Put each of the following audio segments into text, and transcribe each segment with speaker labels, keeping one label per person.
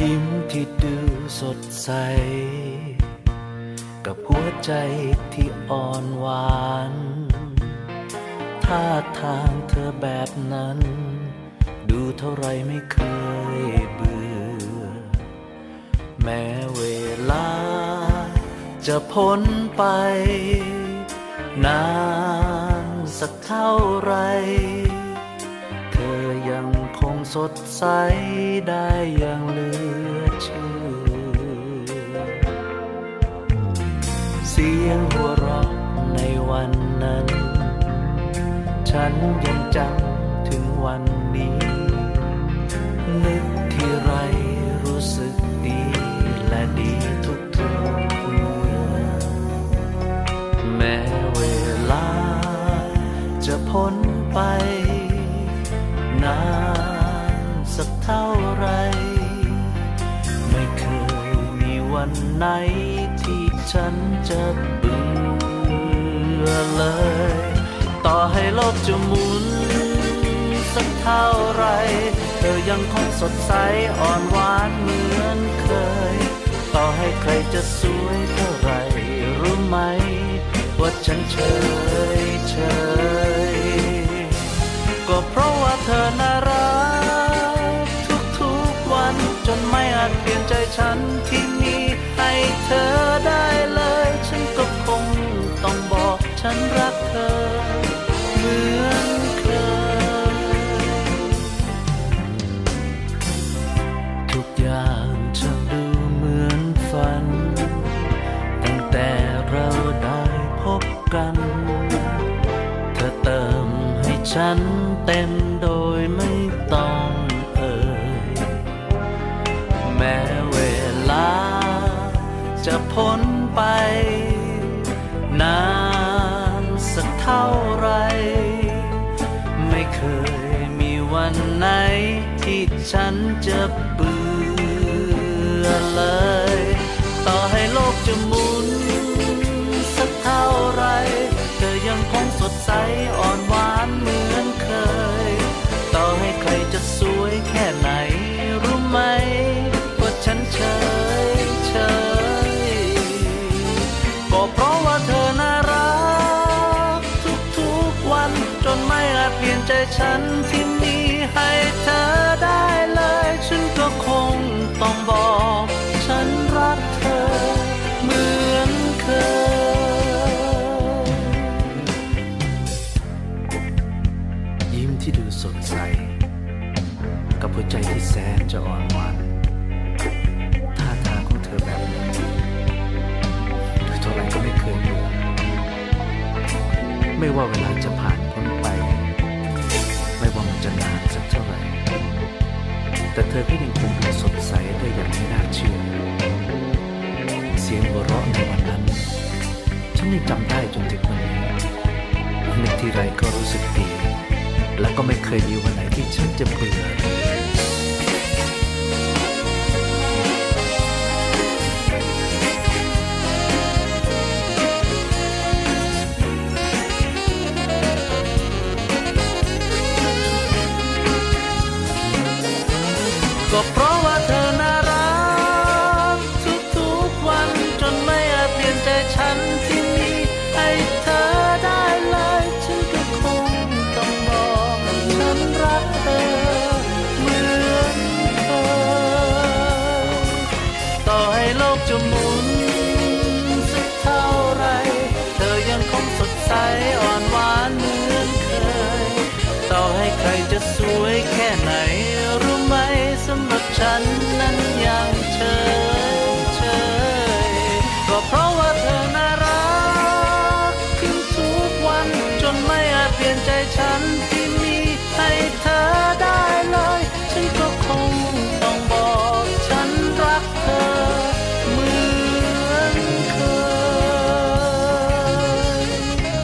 Speaker 1: ยิ้มที่ดูสดใส กับหัวใจที่อ่อนหวานท่าทางเธอแบบนั้น ดูเท่าไรไม่เคยเบื่อ แม้เวลาจะพ้นไป นานสักเท่าไร เธอยังคงสดใสได้อย่างเหลือเชื่อ เสียงหัวเราะในวันนั้น ฉันยังจำถึงวันนี้ นึกที่ไรรู้สึกดีและดีทุกทุกๆเมื่อแม้เวลาจะพ้นไป นานสักเท่าไร ไม่เคยมีวันไหนที่ฉันจะเบื่อเลย ต่อให้โลกจะหมุน สักเท่าไร เธอยังคงสดใสอ่อนหวานเหมือนเคย ต่อให้ใครจะสวยเท่าไรรู้ไหม ว่าฉันเฉยเฉย ก็เพราะว่าเธอน่ารักทุกทุกๆวันจนไม่อาจเปลี่ยนใจฉันที่มีให้เธอได้เลย ฉันก็คงต้องบอกฉันรักเธอ เหมือนเคย ทุกอย่างจะดูเหมือนฝัน ตั้งแต่เราได้พบกัน เธอเติมให้ฉันเต็มโดยไม่ต้องเอ่ย แม้เวลาจะพ้นไป นานสักเท่าไร ไม่เคยมีวันไหนที่ฉันจะเบื่อเลย ต่อให้โลกจะหมุน สักเท่าไร เธอยังคงสดใสอ่อนหวานเหมือนเคย ต่อให้ใครจะสวยแค่ไหนรู้ไหมว่าฉันเฉยเฉยก็เพราะว่าเธอน่ารักทุกทุกๆวันจนไม่อาจเปลี่ยนใจฉันที่มีให้เธอได้เลย ฉันก็คงต้องบอก ฉันรักเธอเหมือนเคย ยิ้มที่ดูสดใส กับหัวใจที่แสนจะอ่อนหวานท่าทางของเธอแบบนี้ดูเท่าไรก็ไม่เคยเบื่อไม่ว่าเวลาจะผ่านพ้นไป ไม่ว่ามันจะนานสักเท่าไหร่แต่เธอก็ยังคงดูสดใสได้อย่างไม่น่าเชื่อ เสียงหัวเราะในวันนั้น ฉันยังจำได้จนถึงวันนี้นึกทีไรก็รู้สึกดี และก็ไม่เคยมีวันไหนที่ฉันจะเบื่อ ก็เพราะว่าเธอน่ารักทุกทุกๆวันจนไม่อาจเปลี่ยนใจฉันที่มีให้เธอได้เลย ฉันก็คงต้องบอกฉันรักเธอเหมือนเคย ต่อให้โลกจะหมุนสักเท่าไร เธอยังคงสดใสอ่อนหวานเหมือนเคย ต่อให้ใครจะสวยแค่ไหน รู้ไหมสำหรับฉันนั้นยังเธอเธอก็เพราะว่าเธอน่ารักขึ้นทุกวันจนไม่อาจเปลี่ยนใจฉันที่มีให้เธอได้เลย ฉันก็คงต้องบอกฉันรักเธอเหมือนเคย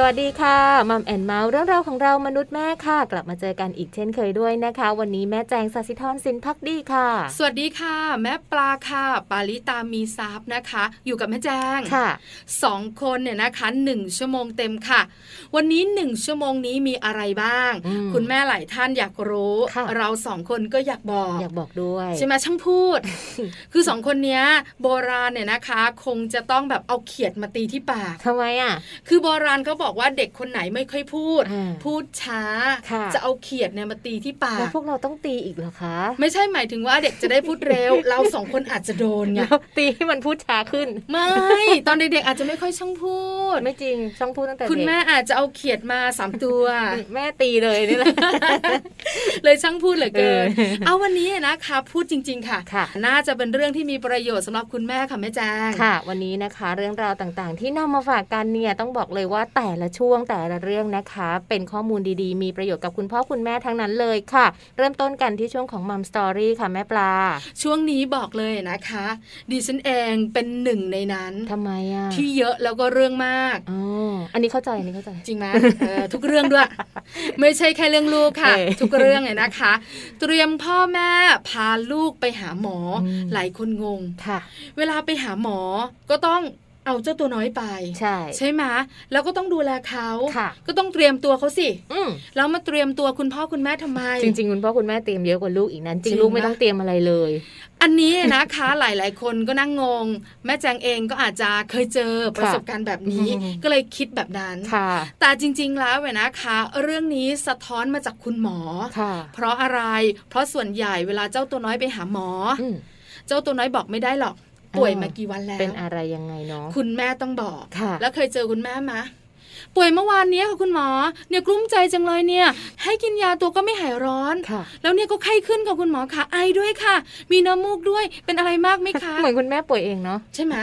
Speaker 2: สวัสดีค่ะมัมแอนเมาส์เรื่องราวของเรามนุษย์แม่ค่ะ กลับมาเจอกันอีกเช่นเคยด้วยนะคะ วันนี้แม่แจงสัสิธรสินพักดีค่ะ
Speaker 3: สวัสดีค่ะ แม่ปลาค่ะ ปาลิตามีซับนะคะ อยู่กับแม่แจ้ง
Speaker 2: ค่ะ
Speaker 3: สองคนเนี่ยนะคะหนึ่งชั่วโมงเต็มค่ะ วันนี้หนึ่งชั่วโมงนี้มีอะไรบ้าง
Speaker 2: อืม
Speaker 3: คุณแม่หลายท่านอยากรู้
Speaker 2: ค่ะ
Speaker 3: เราสองคนก็อยากบอก
Speaker 2: อยากบอกด้วย
Speaker 3: ใช่ไหมช่างพู ด คือสองคนเนี้ยโบราณเนี่ยนะคะ คงจะต้องแบบเอาเขียดมาตีที่ปาก
Speaker 2: ทำไมอ่ะ
Speaker 3: คือโบราณเขาบอกว่าเด็กคนไหนไม่ค่อยพูด
Speaker 2: อ่า
Speaker 3: พูดช้า
Speaker 2: ค่ะ
Speaker 3: จะเอาเขียดเนี่ยมาตีที่ปา
Speaker 2: แล้ว
Speaker 3: ก
Speaker 2: พวกเราต้องตีอีกเหรอคะ
Speaker 3: ไม่ใช่หมายถึงว่าเด็กจะได้พูดเร็ว เราสองคนอาจจะโดนไง
Speaker 2: แล้วตีให้มันพูดช้าขึ้น
Speaker 3: ไม่ ตอนเด็กๆอาจจะไม่ค่อยช่างพูด
Speaker 2: ไม่จริงช่องพูดตั้งแต่
Speaker 3: คุณแม่
Speaker 2: เด็ก
Speaker 3: อาจจะเอาเขียดมาสามตัว
Speaker 2: แม่ตีเลยนี่แหละ
Speaker 3: เลยช่างพูดเหลือเกิน
Speaker 2: เออ
Speaker 3: เอาวันนี้นะคะพูดจริง ๆ ค่ะ
Speaker 2: ค่ะ
Speaker 3: น่าจะเป็นเรื่องที่มีประโยชน์สำหรับคุณแม่ค่ะแม่แจง
Speaker 2: ค่ะ วันนี้นะคะ เรื่องราวต่างๆ ที่นำมาฝากกันเนี่ยต้องบอกเลยว่าแต่ละช่วงแต่ละเรื่องนะคะ เป็นข้อมูลดีๆ มีประโยชน์กับคุณพ่อคุณแม่ทั้งนั้นเลยค่ะ เริ่มต้นกันที่ช่วงของมัมสตอรี่ค่ะแม่ปลา
Speaker 3: ช่วงนี้บอกเลยนะคะ ดิฉันเองเป็นหนึ่งในนั้น
Speaker 2: ทำไมอ่ะ
Speaker 3: ที่เยอะแล้วก็เรื่องมาก
Speaker 2: อ๋ออันนี้เข้าใจอันนี้เข้าใจ
Speaker 3: จริ งไหมเออทุกเรื่องด้วย ไม่ใช่แค่เรื่องลูกค่ะ
Speaker 2: เออ
Speaker 3: ทุกเรื่องเลยนะคะ เตรียมพ่อแม่พาลูกไปหาหมออ
Speaker 2: ม
Speaker 3: หลายคนงง
Speaker 2: ค่ะ
Speaker 3: เวลาไปหาหมอก็ต้องเอาเจ้าตัวน้อยไป
Speaker 2: ใช่
Speaker 3: ใช่ไหมแล้วก็ต้องดูแลเขา
Speaker 2: ค่ะ
Speaker 3: ก็ต้องเตรียมตัวเขาสิ
Speaker 2: อืม
Speaker 3: แล้วมาเตรียมตัวคุณพ่อคุณแม่ทำไม
Speaker 2: จริงๆคุณพ่อคุณแม่เตรียมเยอะกว่าลูกอีกนั้นจริ
Speaker 3: จริ
Speaker 2: ง
Speaker 3: ง
Speaker 2: ลูกไม่
Speaker 3: นะ
Speaker 2: ต้องเตรียมอะไรเลย
Speaker 3: อันนี้นะคะ หลายๆ คนก็นั่งงง แม่แจงเองก็อาจจะเคยเจอประสบการณ์แบบนี้
Speaker 2: อืม
Speaker 3: ก็เลยคิดแบบนั้น
Speaker 2: ค่ะ
Speaker 3: แต่จริง ๆ แล้วเนี่ยนะคะ เรื่องนี้สะท้อนมาจากคุณหมอ
Speaker 2: ค่ะ
Speaker 3: เพราะอะไร เพราะส่วนใหญ่เวลาเจ้าตัวน้อยไปหาหมออ
Speaker 2: อืม
Speaker 3: เจ้าตัวน้อยบอกไม่ได้หรอก ป่วย
Speaker 2: อ่าม
Speaker 3: มากี่วันแล้ว
Speaker 2: เป็นอะไรยังไงเนาะ
Speaker 3: คุณแม่ต้องบอก
Speaker 2: ค่ะ
Speaker 3: แล้วเคยเจอคุณแม่มะป่วยเมื่อวานเนี้ยค่ะคุณหมอ เนี่ยกลุ้มใจจังเลยเนี่ย ให้กินยาตัวก็ไม่หายร้อน
Speaker 2: ค่ะ
Speaker 3: แล้วเนี่ยก็ไข้ขึ้นค่ะคุณหมอค่ะไอด้วยค่ะ มีน้ำมูกด้วย เป็นอะไรมากไหมคะ
Speaker 2: เหมือนคุณแม่ป่วยเองเนาะ
Speaker 3: ใช่ไหม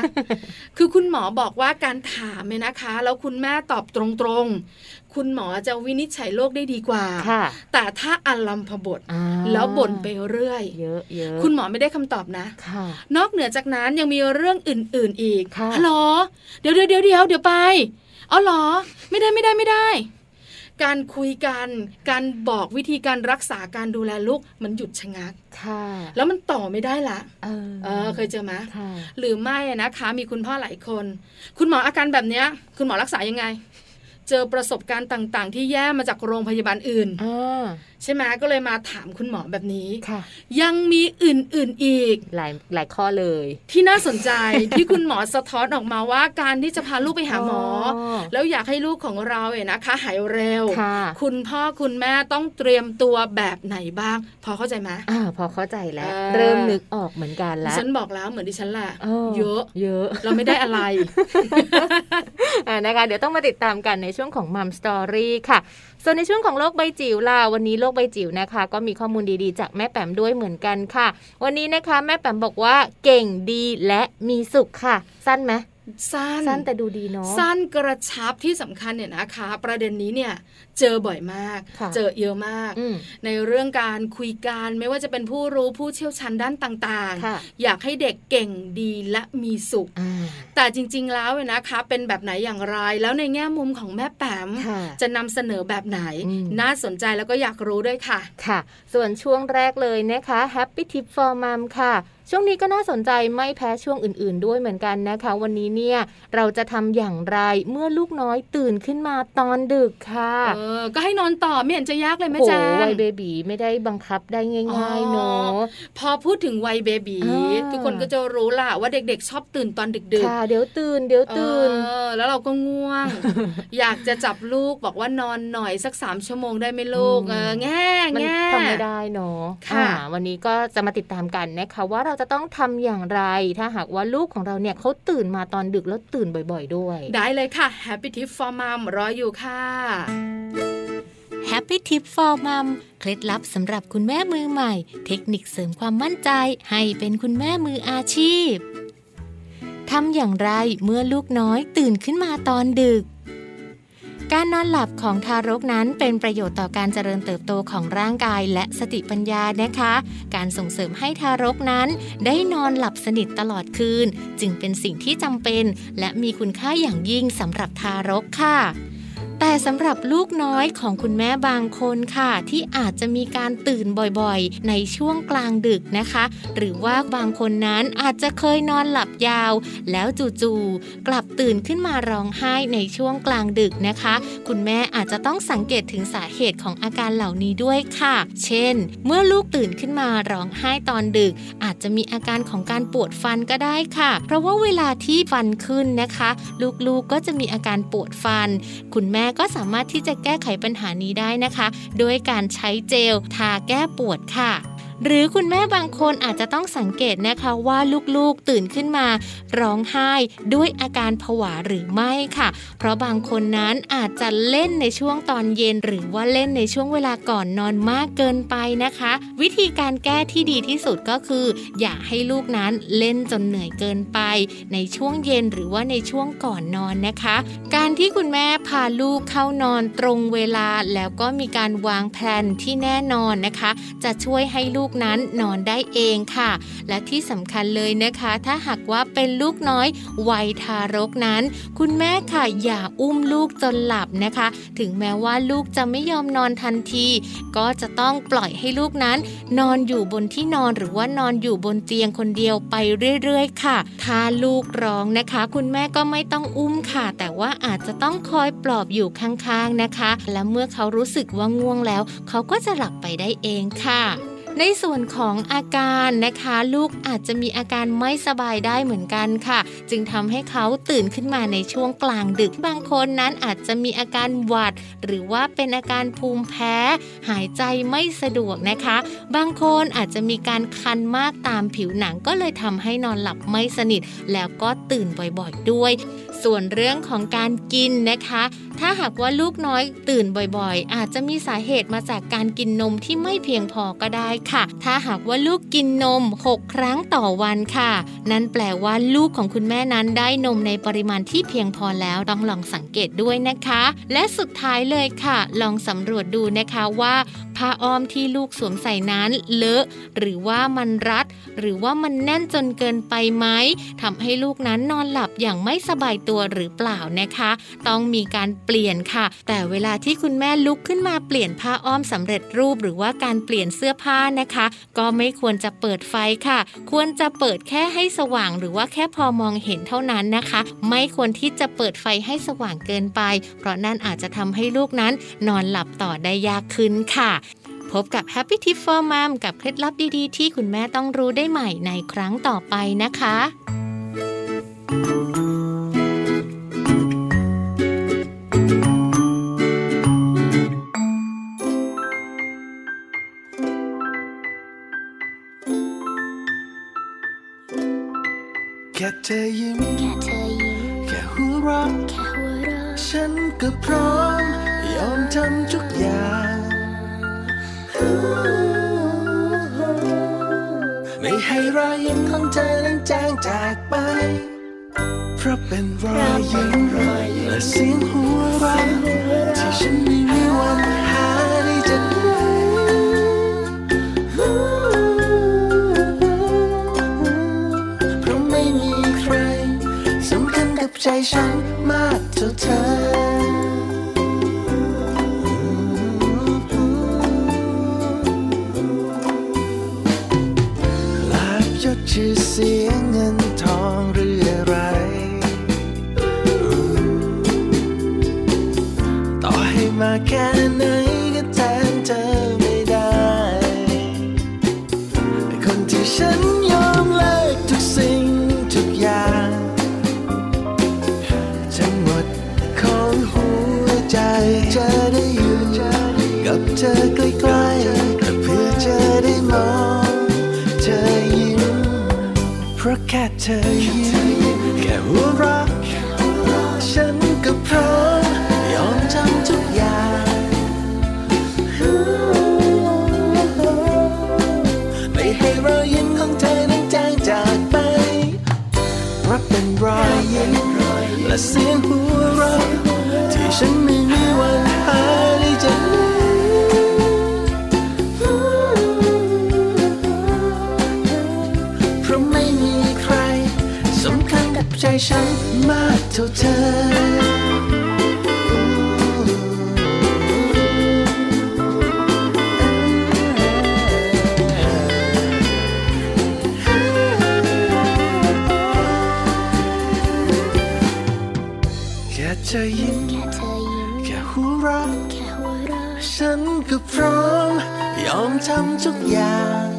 Speaker 3: คือคุณหมอบอกว่าการถามเนี่ยนะคะ แล้วคุณแม่ตอบตรงๆ คุณหมอจะวินิจฉัยโรคได้ดีกว่า
Speaker 2: ค่ะ
Speaker 3: แต่ถ้าอัลลัมพบท
Speaker 2: อ่า
Speaker 3: แล้วบ่นไปเรื่อย
Speaker 2: เยอะเยอะ
Speaker 3: คุณหมอไม่ได้คำตอบนะ
Speaker 2: ค่ะ
Speaker 3: นอกเหนือจากนั้นยังมีเรื่องอื่น ๆ อีก
Speaker 2: ค่ะ
Speaker 3: ฮัลโหลเดี๋ยวเดี๋ยวเดี๋ยวเดี๋ยวเดี๋ยวไปเอาเหรอ ไม่ได้ไม่ได้ไม่ได้ การคุยกัน การบอกวิธีการรักษาการดูแลลูกมันหยุดชะงัก
Speaker 2: ค่ะ
Speaker 3: แล้วมันต่อไม่ได้ละ
Speaker 2: เออ
Speaker 3: เออเคยเจอไหมะ
Speaker 2: ค่ะ
Speaker 3: หรือไม่อะนะคะ มีคุณพ่อหลายคน คุณหมออาการแบบเนี้ย คุณหมอรักษายังไง เจอประสบการณ์ต่างๆ ที่แย่มาจากโรงพยาบาลอื่น
Speaker 2: อ่า
Speaker 3: ใช่ไหมก็เลยมาถามคุณหมอแบบนี้
Speaker 2: ค่ะ
Speaker 3: ยังมีอื่นๆอีก
Speaker 2: หลายหลายข้อเลย
Speaker 3: ที่น่าสนใจ ที่คุณหมอสะท้อนออกมาว่าการที่จะพาลูกไปหาหมอ แล้วอยากให้ลูกของเราเนี่ยนะคะ หายเร็ว
Speaker 2: ค่ะ
Speaker 3: คุณพ่อคุณแม่ต้องเตรียมตัวแบบไหนบ้าง พอเข้าใจไหม
Speaker 2: อ่า พอเข้าใจแล้ว
Speaker 3: เออ
Speaker 2: เริ่มนึกออกเหมือนกัน
Speaker 3: ดิ
Speaker 2: แล้ว
Speaker 3: ฉันบอกแล้วเหมือนดิฉันแหละ
Speaker 2: เย
Speaker 3: เยอะ
Speaker 2: เยอะ
Speaker 3: เราไม่ได้ อะไร
Speaker 2: อ่านะคะ เดี๋ยวต้องมาติดตามกันในช่วงของมัมสตอรี่ค่ะ ส่วนในช่วงของโลกใบจิ๋วล่ะวันนี้โลกใบจิ๋วนะคะ ก็มีข้อมูลดีๆ จากแม่แปมด้วยเหมือนกันค่ะ วันนี้นะคะแม่แปมบอกว่าเก่งดีและมีสุขค่ะ สั้นไหม
Speaker 3: สั้น
Speaker 2: สั้นแต่ดูดีเนาะ
Speaker 3: สั้นกระชับที่สำคัญเนี่ยนะคะ ประเด็นนี้เนี่ยเจอบ่อยมาก
Speaker 2: ค่ะ
Speaker 3: เจอเยอะมาก
Speaker 2: อืม
Speaker 3: ในเรื่องการคุยกันไม่ว่าจะเป็นผู้รู้ผู้เชี่ยวชาญด้านต่าง
Speaker 2: ค่ะ
Speaker 3: ๆ อยากให้เด็กเก่งดีและมีสุข
Speaker 2: อ่า
Speaker 3: แต่จริง ๆ แล้วเนี่ยนะคะ เป็นแบบไหนอย่างไร แล้วในแง่มุมของแม่แปม
Speaker 2: ค่ะ
Speaker 3: จะนำเสนอแบบไหน
Speaker 2: อืม
Speaker 3: น่าสนใจแล้วก็อยากรู้ด้วยค่ะ
Speaker 2: ค่ะ ส่วนช่วงแรกเลยนะคะ Happy Tip for Mom ค่ะ ช่วงนี้ก็น่าสนใจไม่แพ้ช่วงอื่นๆ ด้วยเหมือนกันนะคะ วันนี้เนี่ยเราจะทำอย่างไรเมื่อลูกน้อยตื่นขึ้นมาตอนดึกค่ะ
Speaker 3: เออ ก็ให้นอนต่อไม่เห็นจะยากเลยแม่
Speaker 2: โอ้
Speaker 3: แจ้ง
Speaker 2: วัยเบบีไม่ได้บังคับได้ง่ายๆเนอะ
Speaker 3: พอพูดถึงวัยเบบี
Speaker 2: อ่า
Speaker 3: ทุกคนก็จะรู้ล่ะว่าเด็กๆ ชอบตื่นตอนดึกๆ
Speaker 2: ค่ะ เดี๋ยวตื่น เดี๋ยวตื่น
Speaker 3: เออแล้วเราก็ง่ว ง อยากจะจับลูกบอกว่านอนหน่อยสักสามชั่วโมงได้ไหมลูก
Speaker 2: อืม
Speaker 3: เออแง่
Speaker 2: มัน
Speaker 3: แง่
Speaker 2: ทำไม่ได้เนาะ
Speaker 3: ค่ะ
Speaker 2: อ่าวันนี้ก็จะมาติดตามกันนะคะ ว่าเราจะต้องทำอย่างไร ถ้าหากว่าลูกของเราเนี่ยเขาตื่นมาตอนดึกแล้วตื่นบ่อย ๆ ด้วย
Speaker 3: ได้เลยค่ะ Happy Tip for Mom รออยู่ค่ะ
Speaker 4: Happy Tip for Mom เคล็ดลับสำหรับคุณแม่มือใหม่ เทคนิคเสริมความมั่นใจ ให้เป็นคุณแม่มืออาชีพ ทำอย่างไรเมื่อลูกน้อยตื่นขึ้นมาตอนดึก การนอนหลับของทารกนั้นเป็นประโยชน์ต่อการเจริญเติบโตของร่างกายและสติปัญญานะคะ การส่งเสริมให้ทารกนั้น ได้นอนหลับสนิทตลอดคืน จึงเป็นสิ่งที่จำเป็น และมีคุณค่าอย่างยิ่งสำหรับทารกค่ะ
Speaker 2: แต่สำหรับลูกน้อยของคุณแม่บางคนค่ะ ที่อาจจะมีการตื่นบ่อยๆ ในช่วงกลางดึกนะคะ หรือว่าบางคนนั้นอาจจะเคยนอนหลับยาว แล้วจู่ๆกลับตื่นขึ้นมาร้องไห้ในช่วงกลางดึกนะคะ คุณแม่อาจจะต้องสังเกตถึงสาเหตุของอาการเหล่านี้ด้วยค่ะ เช่น เมื่อลูกตื่นขึ้นมาร้องไห้ตอนดึก อาจจะมีอาการของการปวดฟันก็ได้ค่ะ เพราะว่าเวลาที่ฟันขึ้นนะคะ ลูกๆก็จะมีอาการปวดฟัน คุณแม่ก็สามารถที่จะแก้ไขปัญหานี้ได้นะคะ โดยการใช้เจลทาแก้ปวดค่ะ หรือคุณแม่บางคนอาจจะต้องสังเกตนะคะว่าลูกๆตื่นขึ้นมา ร้องไห้ด้วยอาการผวาหรือไม่ค่ะ เพราะบางคนนั้นอาจจะเล่นในช่วงตอนเย็น หรือว่าเล่นในช่วงเวลาก่อนนอนมากเกินไปนะคะ วิธีการแก้ที่ดีที่สุดก็คือ อย่าให้ลูกนั้นเล่นจนเหนื่อยเกินไป ในช่วงเย็นหรือว่าในช่วงก่อนนอนนะคะ การที่คุณแม่พาลูกเข้านอนตรงเวลาแล้วก็มีการวางแผนที่แน่นอนนะคะ จะช่วยให้ลูกนั้นนอนได้เองค่ะ และที่สำคัญเลยนะคะ ถ้าหากว่าเป็นลูกน้อยวัยทารกนั้น คุณแม่ค่ะอย่าอุ้มลูกจนหลับนะคะ ถึงแม้ว่าลูกจะไม่ยอมนอนทันที ก็จะต้องปล่อยให้ลูกนั้น นอนอยู่บนที่นอนหรือว่านอนอยู่บนเตียงคนเดียวไปเรื่อยๆ ค่ะ ถ้าลูกร้องนะคะ คุณแม่ก็ไม่ต้องอุ้มค่ะ แต่ว่าอาจจะต้องคอยปลอบอยู่ข้างๆนะคะ และเมื่อเขารู้สึกว่าง่วงแล้ว เขาก็จะหลับไปได้เองค่ะ ในส่วนของอาการนะคะ ลูกอาจจะมีอาการไม่สบายได้เหมือนกันค่ะ จึงทำให้เขาตื่นขึ้นมาในช่วงกลางดึก บางคนนั้นอาจจะมีอาการหวัด หรือว่าเป็นอาการภูมิแพ้ หายใจไม่สะดวกนะคะ บางคนอาจจะมีการคันมากตามผิวหนังก็เลยทำให้นอนหลับไม่สนิท แล้วก็ตื่นบ่อยๆด้วย ส่วนเรื่องของการกินนะคะ ถ้าหากว่าลูกน้อยตื่นบ่อยๆ อาจจะมีสาเหตุมาจากการกินนมที่ไม่เพียงพอก็ได้ค่ะ ถ้าหากว่าลูกกินนม 6 ครั้งต่อวันค่ะ นั่นแปลว่าลูกของคุณแม่นั้นได้นมในปริมาณที่เพียงพอแล้วต้องลองสังเกตด้วยนะคะ และสุดท้ายเลยค่ะ ลองสำรวจดูนะคะว่าผ้าอ้อมที่ลูกสวมใส่นั้นเลอะ หรือว่ามันรัด หรือว่ามันแน่นจนเกินไปไหมทำให้ลูกนั้นนอนหลับอย่างไม่สบายตัวหรือเปล่านะคะ ต้องมีการเปลี่ยนค่ะ แต่เวลาที่คุณแม่ลุกขึ้นมาเปลี่ยนผ้าอ้อมสำเร็จรูปหรือว่าการเปลี่ยนเสื้อผ้านะคะ ก็ไม่ควรจะเปิดไฟค่ะ ควรจะเปิดแค่ให้สว่าง หรือว่าแค่พอมองเห็นเท่านั้นนะคะ ไม่ควรที่จะเปิดไฟให้สว่างเกินไป เพราะนั่นอาจจะทำให้ลูกนั้น นอนหลับต่อได้ยากขึ้นค่ะ พบกับ Happy Tip for Mom กับเคล็ดลับดีๆ ที่คุณแม่ต้องรู้ได้ใหม่ในครั้งต่อไปนะคะ
Speaker 1: แค่เธอยิ้ม แค่หัวเราะฉันก็พร้อม ยอมทำทุกอย่าง ไม่ให้รอยยิ้มของเธอนั้นจางจากไป เพราะเป็นรอยยิ้มและเสียงหัวเราะที่ฉันไม่มีวันหาได้จากไหน เพราะไม่มีใครสำคัญกับใจฉันมากเท่าเธอ ลาบยศชื่อเสียงเงินทองหรืออะไร ต่อให้มาแค่ไหนก็แทนเธอไม่ได้ เป็นคนที่ฉันยอมเลิกทุกสิ่งทุกอย่างทั้งหมดของหัวใจจะได้อยู่กับเธอใกล้ๆเพื่อจะได้มองเธอยิ้มเพราะแค่เธอยิ้มแค่หัวเราะฉันก็พร้อมยอมทำทุกอย่าง ไม่ให้รอยยิ้มของเธอนั้นจางจากไปรับเป็นรอยยิ้มและเสียงหัวเราะที่ฉันไม่มีวันหาได้จากไหนเพราะไม่มีใครสำคัญกับใจฉันมากเท่าเธอ เธอยิ้ม
Speaker 5: แค่เธอยิ้ม
Speaker 1: แค่หัวเราะ
Speaker 5: แค่หัวเราะ
Speaker 1: ฉันก็พร้อม ยอมทำทุกอย่าง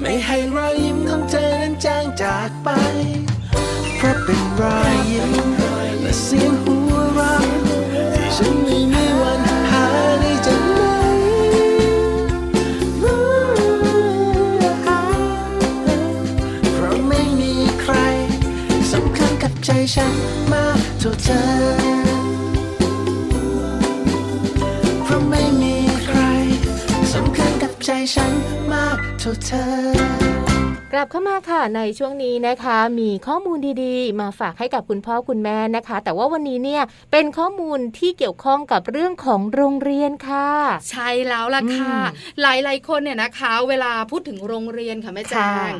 Speaker 1: ไม่ให้รอยยิ้มของเธอนั้นจางจากไป เพราะเป็นรอยยิ้มและเสียงหัวเราะที่ฉันไม่มีวันหาได้จากไหน เพราะไม่มีใครสำคัญกับใจฉันมากเท่าเธอ เพราะไม่มีใครสำคัญกับใจฉันมากเท่าเธอ
Speaker 2: กลับเข้ามาค่ะในช่วงนี้นะคะ มีข้อมูลดีๆ มาฝากให้กับคุณพ่อคุณแม่นะคะ แต่ว่าวันนี้เนี่ยเป็นข้อมูลที่เกี่ยวข้องกับเรื่องของโรงเรียนค่ะ
Speaker 3: ใช่แล้วล่ะค่ะ
Speaker 2: อื
Speaker 3: หลายๆคนเนี่ยนะคะ เวลาพูดถึงโรงเรียนค่ะแม่แจ
Speaker 2: ค่ะ
Speaker 3: ง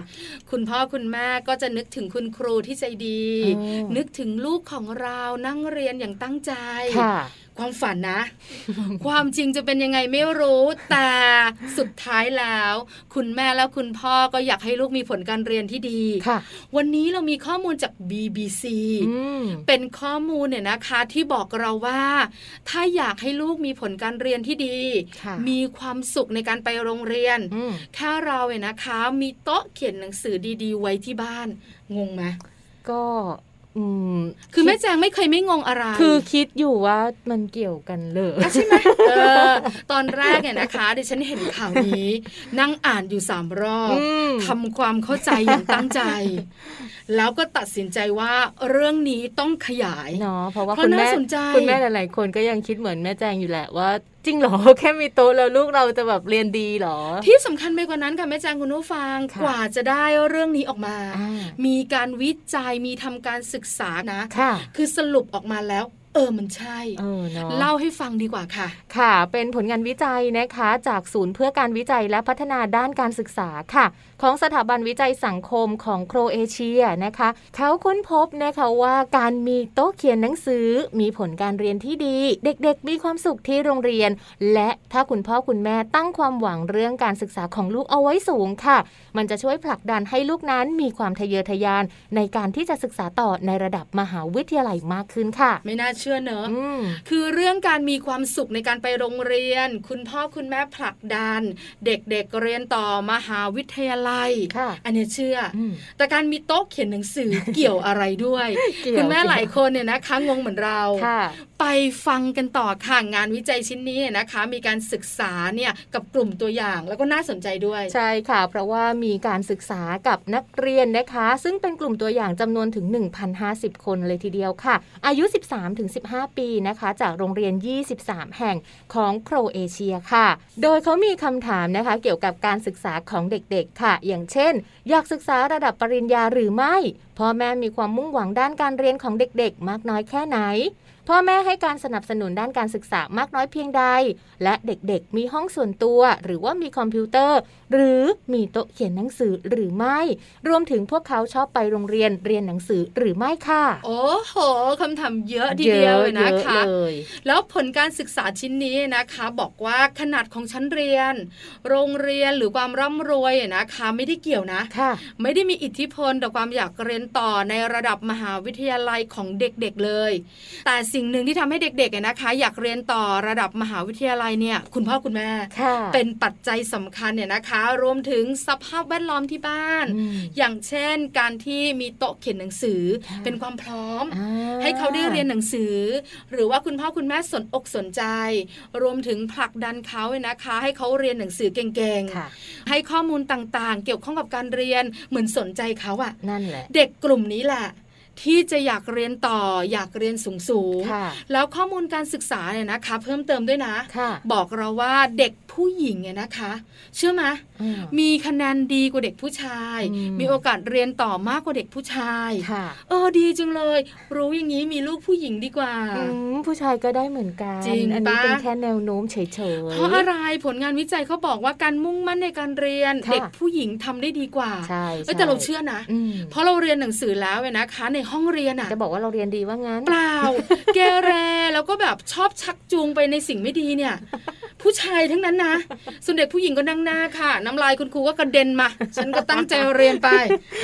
Speaker 3: คุณพ่อคุณแม่ก็จะนึกถึงคุณครูที่ใจดี
Speaker 2: อืม
Speaker 3: นึกถึงลูกของเรานั่งเรียนอย่างตั้งใจ
Speaker 2: ค่ะ
Speaker 3: ความฝันนะ ความจริงจะเป็นยังไงไม่รู้ แต่สุดท้ายแล้ว คุณแม่และคุณพ่อก็อยากให้ลูกมีผลการเรียนที่ดี
Speaker 2: ค่ะ
Speaker 3: วันนี้เรามีข้อมูลจาก BBC
Speaker 2: อืม
Speaker 3: เป็นข้อมูลเนี่ยนะคะที่บอกเราว่า ถ้าอยากให้ลูกมีผลการเรียนที่ดี
Speaker 2: ค่ะ
Speaker 3: มีความสุขในการไปโรงเรียน
Speaker 2: อืม
Speaker 3: ถ้าเราเนี่ยนะคะ มีโต๊ะเขียนหนังสือดีๆ ไว้ที่บ้าน งงไหม
Speaker 2: ก็อืม
Speaker 3: คือแม่แจงไม่เคยไม่งงอะไร
Speaker 2: คือคิดอยู่ว่ามันเกี่ยวกันเลย
Speaker 3: ใช่ไหมเออตอนแรกเนี่ยนะคะดิฉันเห็นข่าวนี้ นั่งอ่านอยู่สามรอบ
Speaker 2: อืม
Speaker 3: ทำความเข้าใจอย่างตั้งใจ แล้วก็ตัดสินใจว่าเรื่องนี้ต้องขยาย
Speaker 2: เนาะเพราะว่า
Speaker 3: เพราะ
Speaker 2: คุณแม่
Speaker 3: น่าสนใจ
Speaker 2: คุณแม่หลาย ๆ คนก็ยังคิดเหมือนแม่แจงอยู่แหละว่า จริงเหรอ แค่มีโต๊ะแล้วลูกเราจะแบบเรียนดีเหรอ
Speaker 3: ที่สำคัญไปกว่านั้นค่ะแม่แจางคุณผู้ฟัง
Speaker 2: ค่ะ
Speaker 3: กว่าจะได้เรื่องนี้ออกมา
Speaker 2: อ่า
Speaker 3: มีการวิจัยมีทำการศึกษานะ
Speaker 2: ค่ะ
Speaker 3: คือสรุปออกมาแล้ว เออมันใช่
Speaker 2: เออเนาะ
Speaker 3: เล่าให้ฟังดีกว่าค่ะ
Speaker 2: ค่ะ เป็นผลงานวิจัยนะคะจากศูนย์เพื่อการวิจัยและพัฒนาด้านการศึกษาค่ะ ของสถาบันวิจัยสังคมของโครเอเชียนะคะ เขาค้นพบนะคะว่าการมีโต๊ะเขียนหนังสือ มีผลการเรียนที่ดี เด็กๆ มีความสุขที่โรงเรียน และถ้าคุณพ่อคุณแม่ตั้งความหวังเรื่องการศึกษาของลูกเอาไว้สูงค่ะ มันจะช่วยผลักดันให้ลูกนั้นมีความทะเยอทะยาน ในการที่จะศึกษาต่อในระดับมหาวิทยาลัยมากขึ้นค่ะ
Speaker 3: ไม่น่าเชื่อเนอะ
Speaker 2: อืม
Speaker 3: คือเรื่องการมีความสุขในการไปโรงเรียน คุณพ่อคุณแม่ผลักดัน เด็กๆเรียนต่อมหาวิทยาลัย
Speaker 2: ค่ะ
Speaker 3: อันเนี้ยเชื่ออ
Speaker 2: อืม
Speaker 3: แต่การมีโต๊ะเขียนหนังสื อ เกี่ยวอะไรด้วย
Speaker 2: เกี่ยว
Speaker 3: คุณแม่หลายคนเนี่ยนะคะงงเหมือนเรา
Speaker 2: ค่ะ
Speaker 3: ไปฟังกันต่อค่ะงานวิจัยชิ้นนี้เนี่ยนะคะ มีการศึกษาเนี่ยกับกลุ่มตัวอย่างแล้วก็น่าสนใจด้วย
Speaker 2: ใช่ค่ะ เพราะว่ามีการศึกษากับนักเรียนนะคะ ซึ่งเป็นกลุ่มตัวอย่างจำนวนถึง 1,050 คนเลยทีเดียวค่ะ อายุ 13-15 ปีนะคะ จากโรงเรียน 23 แห่งของโครเอเชียค่ะ โดยเขามีคำถามนะคะ เกี่ยวกับการศึกษาของเด็กๆค่ะ อย่างเช่น อยากศึกษาระดับปริญญาหรือไม่พ่อแม่มีความมุ่งหวังด้านการเรียนของเด็กๆ มากน้อยแค่ไหน พ่อแม่ให้การสนับสนุนด้านการศึกษามากน้อยเพียงใด และเด็กๆ มีห้องส่วนตัว หรือว่ามีคอมพิวเตอร์ หรือมีโต๊ะเขียนหนังสือหรือไม่ รวมถึงพวกเขาชอบไปโรงเรียนเรียนหนังสือหรือไม่ค่ะ
Speaker 3: โอ้โหคำถามเยอะทีเดียวเลยนะคะ
Speaker 2: เยอเลย
Speaker 3: แล้วผลการศึกษาชิ้นนี้นะคะ บอกว่าขนาดของชั้นเรียน โรงเรียนหรือความร่ำรวยนะคะ ไม่ได้เกี่ยวนะ
Speaker 2: ค่ะ
Speaker 3: ไม่ได้มีอิทธิพลต่อความอยากเรียนต่อในระดับมหาวิทยาลัยของเด็กๆเลย แต่สิ่งหนึ่งที่ทำให้เด็กๆอะนะคะ อยากเรียนต่อระดับมหาวิทยาลัยเนี่ยคุณพ่อคุณแม่
Speaker 2: ค่ะ
Speaker 3: เป็นปัจจัยสำคัญเนี่ยนะคะ รวมถึงสภาพแวดล้อมที่บ้าน
Speaker 2: อืม
Speaker 3: อย่างเช่นการที่มีโต๊ะเขียนหนังสือ
Speaker 2: ค่ะ
Speaker 3: เป็นความพร้อม
Speaker 2: อ่า
Speaker 3: ให้เขาได้เรียนหนังสือ หรือว่าคุณพ่อคุณแม่สนอกสนใจ รวมถึงผลักดันเขาเนี่ยนะคะ ให้เขาเรียนหนังสือเก่ง
Speaker 2: ค่ะ
Speaker 3: ๆให้ข้อมูลต่างๆ เกี่ยวข้องกับการเรียนเหมือนสนใจเขาอะ
Speaker 2: นั่นแหละ
Speaker 3: เด็กกลุ่มนี้แหละ ที่จะอยากเรียนต่อ อยากเรียนสูง
Speaker 2: ค่ะ
Speaker 3: ๆแล้วข้อมูลการศึกษาเนี่ยนะคะ เพิ่มเติมด้วยนะ
Speaker 2: ค่ะ
Speaker 3: บอกเราว่าเด็กผู้หญิงเนี่ยนะคะ เชื่อไหมย
Speaker 2: อืม
Speaker 3: มีคะแนนดีกว่าเด็กผู้ชาย
Speaker 2: อืม
Speaker 3: มีโอกาสเรียนต่อมากกว่าเด็กผู้ชาย
Speaker 2: ค่ะ
Speaker 3: เออดีจังเลย รู้อย่างนี้มีลูกผู้หญิงดีกว่า
Speaker 2: อืมผู้ชายก็ได้เหมือนกัน
Speaker 3: จริง
Speaker 2: อันี้
Speaker 3: ปะ
Speaker 2: เป็นแค่แนวโน้มเฉยๆ
Speaker 3: เพราะอะไรผลงานวิจัยเขาบอกว่าการมุ่งมั่นในการเรียน
Speaker 2: ค่ะ
Speaker 3: เด็กผู้หญิงทำได้ดีกว่า
Speaker 2: ใช่
Speaker 3: เอ้ย
Speaker 2: ใช่
Speaker 3: แต่เราเชื่อนะ
Speaker 2: อืม
Speaker 3: เพราะเราเรียนหนังสือแล้วเนี่ยนะคะ ในห้องเรียนอะ
Speaker 2: จะบอกว่าเราเรียนดีว่างั้น
Speaker 3: เปล่า เกเรแล้วก็แบบชอบชักจูงไปในสิ่งไม่ดีเนี่ย ผู้ชายทั้งนั้นนะส่วนเด็กผู้หญิงก็นั่งหน้าค่ะ น้ำลายคุณครูก็กระเด็นมา ฉันก็ตั้งใจเรียนไป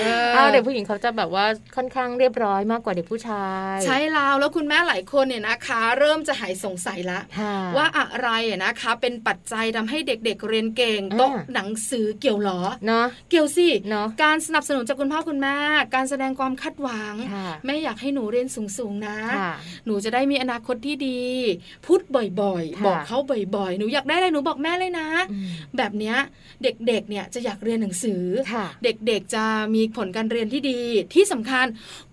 Speaker 3: เออ
Speaker 2: อ้าวเด็กผู้หญิงเขาจะแบบว่าค่อนข้างเรียบร้อยมากกว่าเด็กผู้ชาย
Speaker 3: ใช่แล้วแล้วคุณแม่หลายคนเนี่ยนะคะ เริ่มจะหายสงสัยละ
Speaker 2: ค่ะ
Speaker 3: ว่าอะไรอะนะคะ เป็นปัจจัยทำให้เด็กๆ เรียนเก่ง
Speaker 2: อ่า
Speaker 3: โต๊ะหนังสือเกี่ยวเหรอ
Speaker 2: เนาะ
Speaker 3: เกี่ยวสิ
Speaker 2: เนาะ
Speaker 3: การสนับสนุนจากคุณพ่อคุณแม่ การแสดงความคาดหวัง
Speaker 2: ค่ะ
Speaker 3: แม่อยากให้หนูเรียนสูงๆนะ
Speaker 2: ค่ะ
Speaker 3: หนูจะได้มีอนาคตที่ดี พูดบ่อย
Speaker 2: ค่ะ
Speaker 3: ๆ บอกเขาบ่อยๆ หนูอยากได้อะไรหนูบอกแม่เลยนะ
Speaker 2: อืม
Speaker 3: แบบเนี้ยเด็กๆ เนี่ยจะอยากเรียนหนังสือ
Speaker 2: ค่ะ
Speaker 3: เด็กๆ จะมีผลการเรียนที่ดี ที่สำคัญ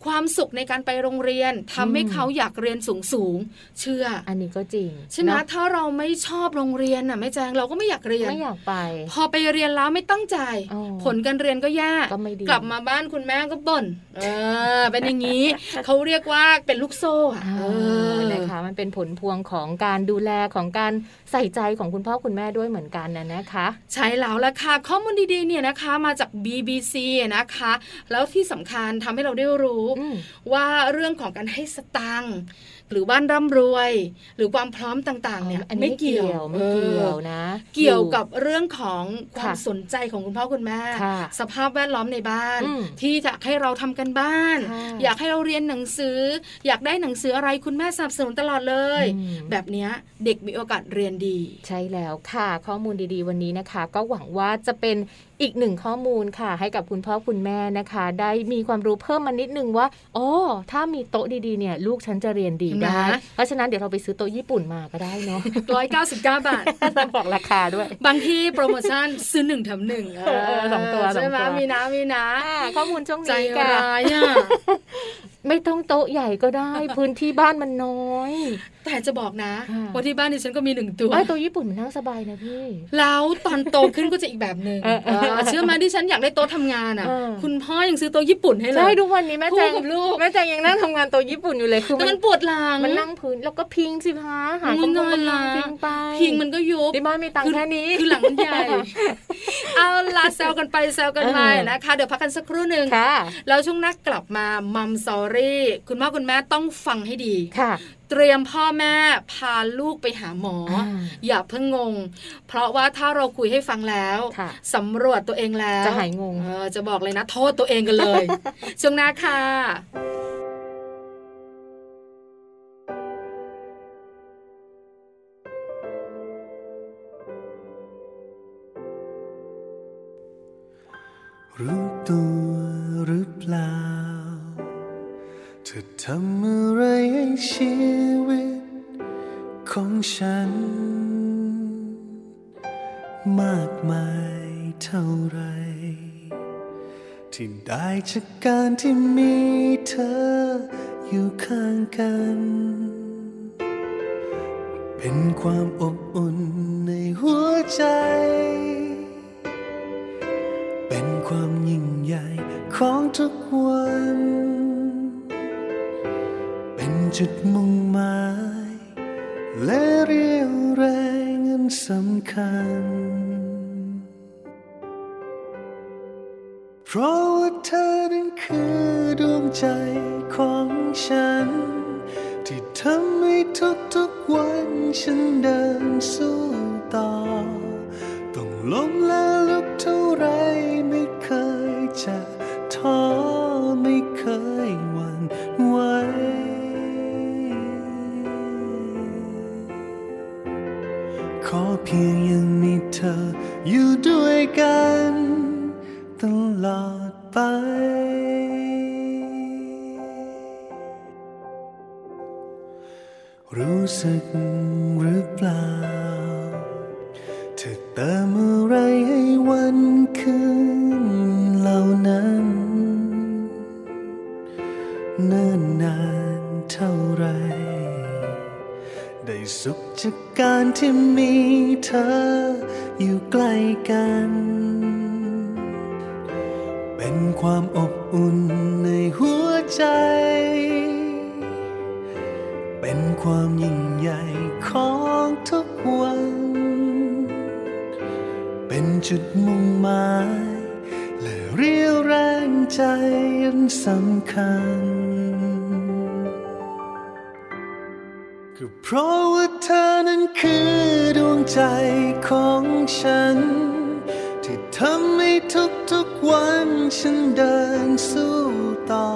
Speaker 3: ความสุขในการไปโรงเรียนทำให้
Speaker 2: อืม
Speaker 3: เขาอยากเรียนสูงสูงๆเชื่อ
Speaker 2: อันนี้ก็จริง
Speaker 3: ใช่ไหม
Speaker 2: เนาะ
Speaker 3: ถ้าเราไม่ชอบโรงเรียนน่ะแม่แจงเราก็ไม่อยากเรียน
Speaker 2: ไม่อยากไป
Speaker 3: พอไปเรียนแล้วไม่ตั้งใจ
Speaker 2: อ๋อ
Speaker 3: ผลการเรียนก็แย่
Speaker 2: ก็ไม่ดี
Speaker 3: กลับมาบ้านคุณแม่ก็บ่นเออ เป็นอย่าง นี้ เขาเรียกว่าเป็นลูกโซ่อะ
Speaker 2: า
Speaker 3: เออ
Speaker 2: นะคะมันเป็นผลพวงของการดูแลของการใส่ใจของคุณพ่อคุณแม่ด้วยเหมือนกันนะนะคะ
Speaker 3: ใช่แล้วละค่ะข้อมูลดีๆเนี่ยนะคะมาจาก BBC นะคะ แล้วที่สำคัญทำให้เราได้รู้
Speaker 2: อืม
Speaker 3: ว่าเรื่องของการให้สตังค์หรือบ้านร่ำรวย หรือความพร้อมต่างๆเนี่ย
Speaker 2: อันนี้
Speaker 3: ไม่เกี่ยว
Speaker 2: ไม่เกี่ยว
Speaker 3: ออ
Speaker 2: นะ
Speaker 3: เกี่ยวกับเรื่องของความ
Speaker 2: ค่ะ
Speaker 3: สนใจของคุณพ่อคุณแม่
Speaker 2: ค่ะ
Speaker 3: สภาพแวดล้อมในบ้าน
Speaker 2: อืม
Speaker 3: ที่อยากให้เราทำกันบ้าน
Speaker 2: ค่ะ
Speaker 3: อยากให้เราเรียนหนังสือ อยากได้หนังสืออะไรคุณแม่สนับสนุนตลอดเลย
Speaker 2: อืม
Speaker 3: แบบเนี้ยเด็กมีโอกาสเรียนดี
Speaker 2: ใช่แล้วค่ะ ข้อมูลดีๆ วันนี้นะคะ ก็หวังว่าจะเป็นอีกหนึ่งข้อมูลค่ะ ให้กับคุณพ่อคุณแม่นะคะ ได้มีความรู้เพิ่มมานิดนึงว่าโอ้ถ้ามีโต๊ะดีๆเนี่ย ลูกฉันจะเรียนดีได้
Speaker 3: นะ
Speaker 2: เพราะฉะนั้นเดี๋ยวเราไปซื้อโต๊ะญี่ปุ่นมาก็ได้ เนาะ
Speaker 3: 199 บาท
Speaker 2: บอกราคาด้วย
Speaker 3: บางที่โปรโมชั่นซื้อหนึ่งแถมหนึ่ง
Speaker 2: เออเออสองตัว
Speaker 3: ใช่ไหม
Speaker 2: สองตัว
Speaker 3: มีนะมีนะ
Speaker 2: อ่าข้อมูลช่วง
Speaker 3: ใจ
Speaker 2: นี้ค่ะ
Speaker 3: ร้ายอ่ะ
Speaker 2: ไม่ต้องโต๊ะใหญ่ก็ได้ พื้นที่บ้านมันน้อย
Speaker 3: แต่จะบอกนะ
Speaker 2: ค่ะ
Speaker 3: ว่าที่บ้านดิฉันก็มีหนึ่งตัว
Speaker 2: ไอ้ยโต๊ะญี่ปุ่นมันนั่งสบายนะพี่
Speaker 3: แล้วตอนโตขึ้นก็จะอีกแบบหนึ่ง
Speaker 2: เออเออ
Speaker 3: เออเชื่อไหมดิฉันอยากได้โต๊ะทำงานอ่ะ
Speaker 2: เออ
Speaker 3: คุณพ่อยังซื้อโต๊ะญี่ปุ่นให้เล
Speaker 2: ใช่
Speaker 3: ย
Speaker 2: ทุกวันนี้แม่แจง
Speaker 3: คู่กับลูก
Speaker 2: แม่แจงยังนั่งทำงานโต๊ะญี่ปุ่นอยู่เลยคือ
Speaker 3: แต่
Speaker 2: มั
Speaker 3: มัน นปวดหลัง
Speaker 2: มันนั่งพื้นแล้วก็พิงสิคะหา
Speaker 3: อุ๊ย
Speaker 2: คำพูดก็
Speaker 3: น่ารัก
Speaker 2: พิงไป
Speaker 3: พิงมันก็ยุบ
Speaker 2: ที่บ้านมีตังค์แค่นี้
Speaker 3: คือหลังมันให ญ่ เอาล่ะแซวกันไปแซวกันมา
Speaker 2: เออ
Speaker 3: นะคะเดี๋ยวพักกันสักครู่หนึ่ง
Speaker 2: ค่ะ
Speaker 3: แล้วช่วงหนักกลับมามัมซอรี่คุณพ่อคุณแม่ต้องฟังให้ดี
Speaker 2: ค่ะ
Speaker 3: เตรียมพ่อแม่พาลูกไปหาหมอ
Speaker 2: อ่า
Speaker 3: อย่าเพิ่งงง เพราะว่าถ้าเราคุยให้ฟังแล้ว
Speaker 2: ค่ะ
Speaker 3: สำรวจตัวเองแล้ว
Speaker 2: จะหายงง
Speaker 3: เออจะบอกเลยนะ โทษตัวเองกันเลย ช่วงหน้าค่ะ
Speaker 5: รู้ตัวหรือเปล่า เธอทำอะไรให้ชีวิตของฉัน มากมายเท่าไหรที่ได้จากการที่มีเธออยู่ข้างกัน เป็นความอบอุ่นในหัวใจ เป็นความยิ่งใหญ่ของทุกวัน เป็นจุดมุ่งหมาย และเรียวแรงอันสำคัญ เพราะว่าเธอนั้นคือดวงใจของฉัน ที่ทำให้ทุกๆวันฉันเดินสู้ต่อ ต้องล้มและลุกเท่าไรไม่เคยจะท้อไม่เคยหวั่นไหว ขอเพียงยังมีเธออยู่ด้วยกันตลอดไป รู้สึกหรือเปล่า เธอเติมอะไรให้วันคืนเหล่านั้น เนิ่นนานเท่าไหร ได้สุขจากการที่มีเธออยู่ใกล้กัน เป็นความอบอุ่นในหัวใจ เป็นความยิ่งใหญ่ของทุกวัน เป็นจุดมุ่งหมาย และเรียวแรงใจอันสำคัญ ก็เพ
Speaker 1: เพราะว่าเธอนั้นคือดวงใจของฉัน ที่ทำให้ทุกๆวันฉันเดินสู้ต่อ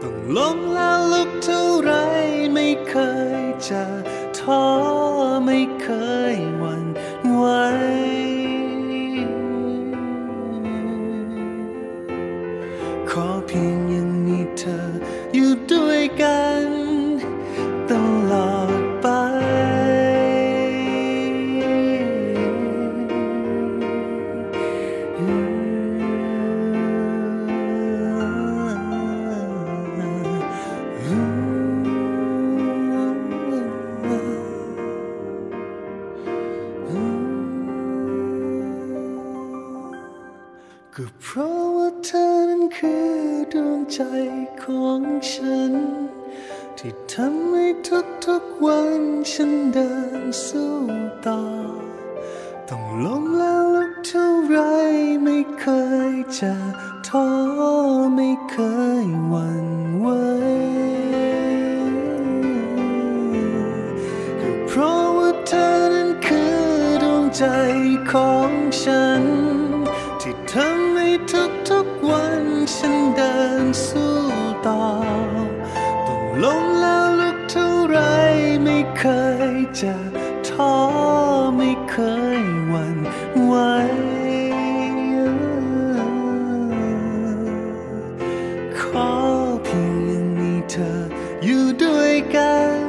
Speaker 1: ต้องล้มแล้วลุกเท่าไรไม่เคยจะท้อไม่เคยหวันไหว ขอเพียงยังมีเธออยู่ด้วยกัน ตลอดไป
Speaker 5: ก็เพราะว่าเธอนั้นคือดวงใจของฉัน ที่ทำให้ทุกๆวันฉันเดินสู้ต่อ ต้องล้มแล้วลุกเท่าไรไม่เคยจะท้อไม่เคยหวั่นไหวก็เพราะว่าเธอนั้นคือดวงใจของฉัน ที่ทำให้ทุกๆวันฉันเดินสู้ต่อ ต้องล้มแล้วลุกเท่าไรไม่เคยจะท้อไม่เคยหวั่นไหว ขอเพียงยังมีเธออยู่ด้วยกัน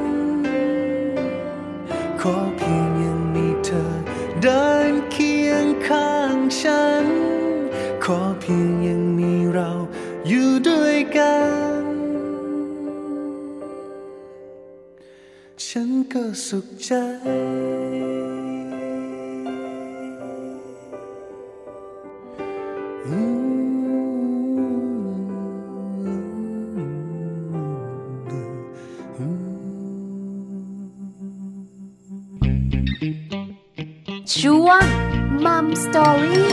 Speaker 5: ขอเพียงยังมีเธอเดินเคียงข้างฉัน ขอเพียงยังมีเราอยู่ด้วยกัน ฉันก็สุขใจ อืม
Speaker 6: ช่วงมัมสตอรี่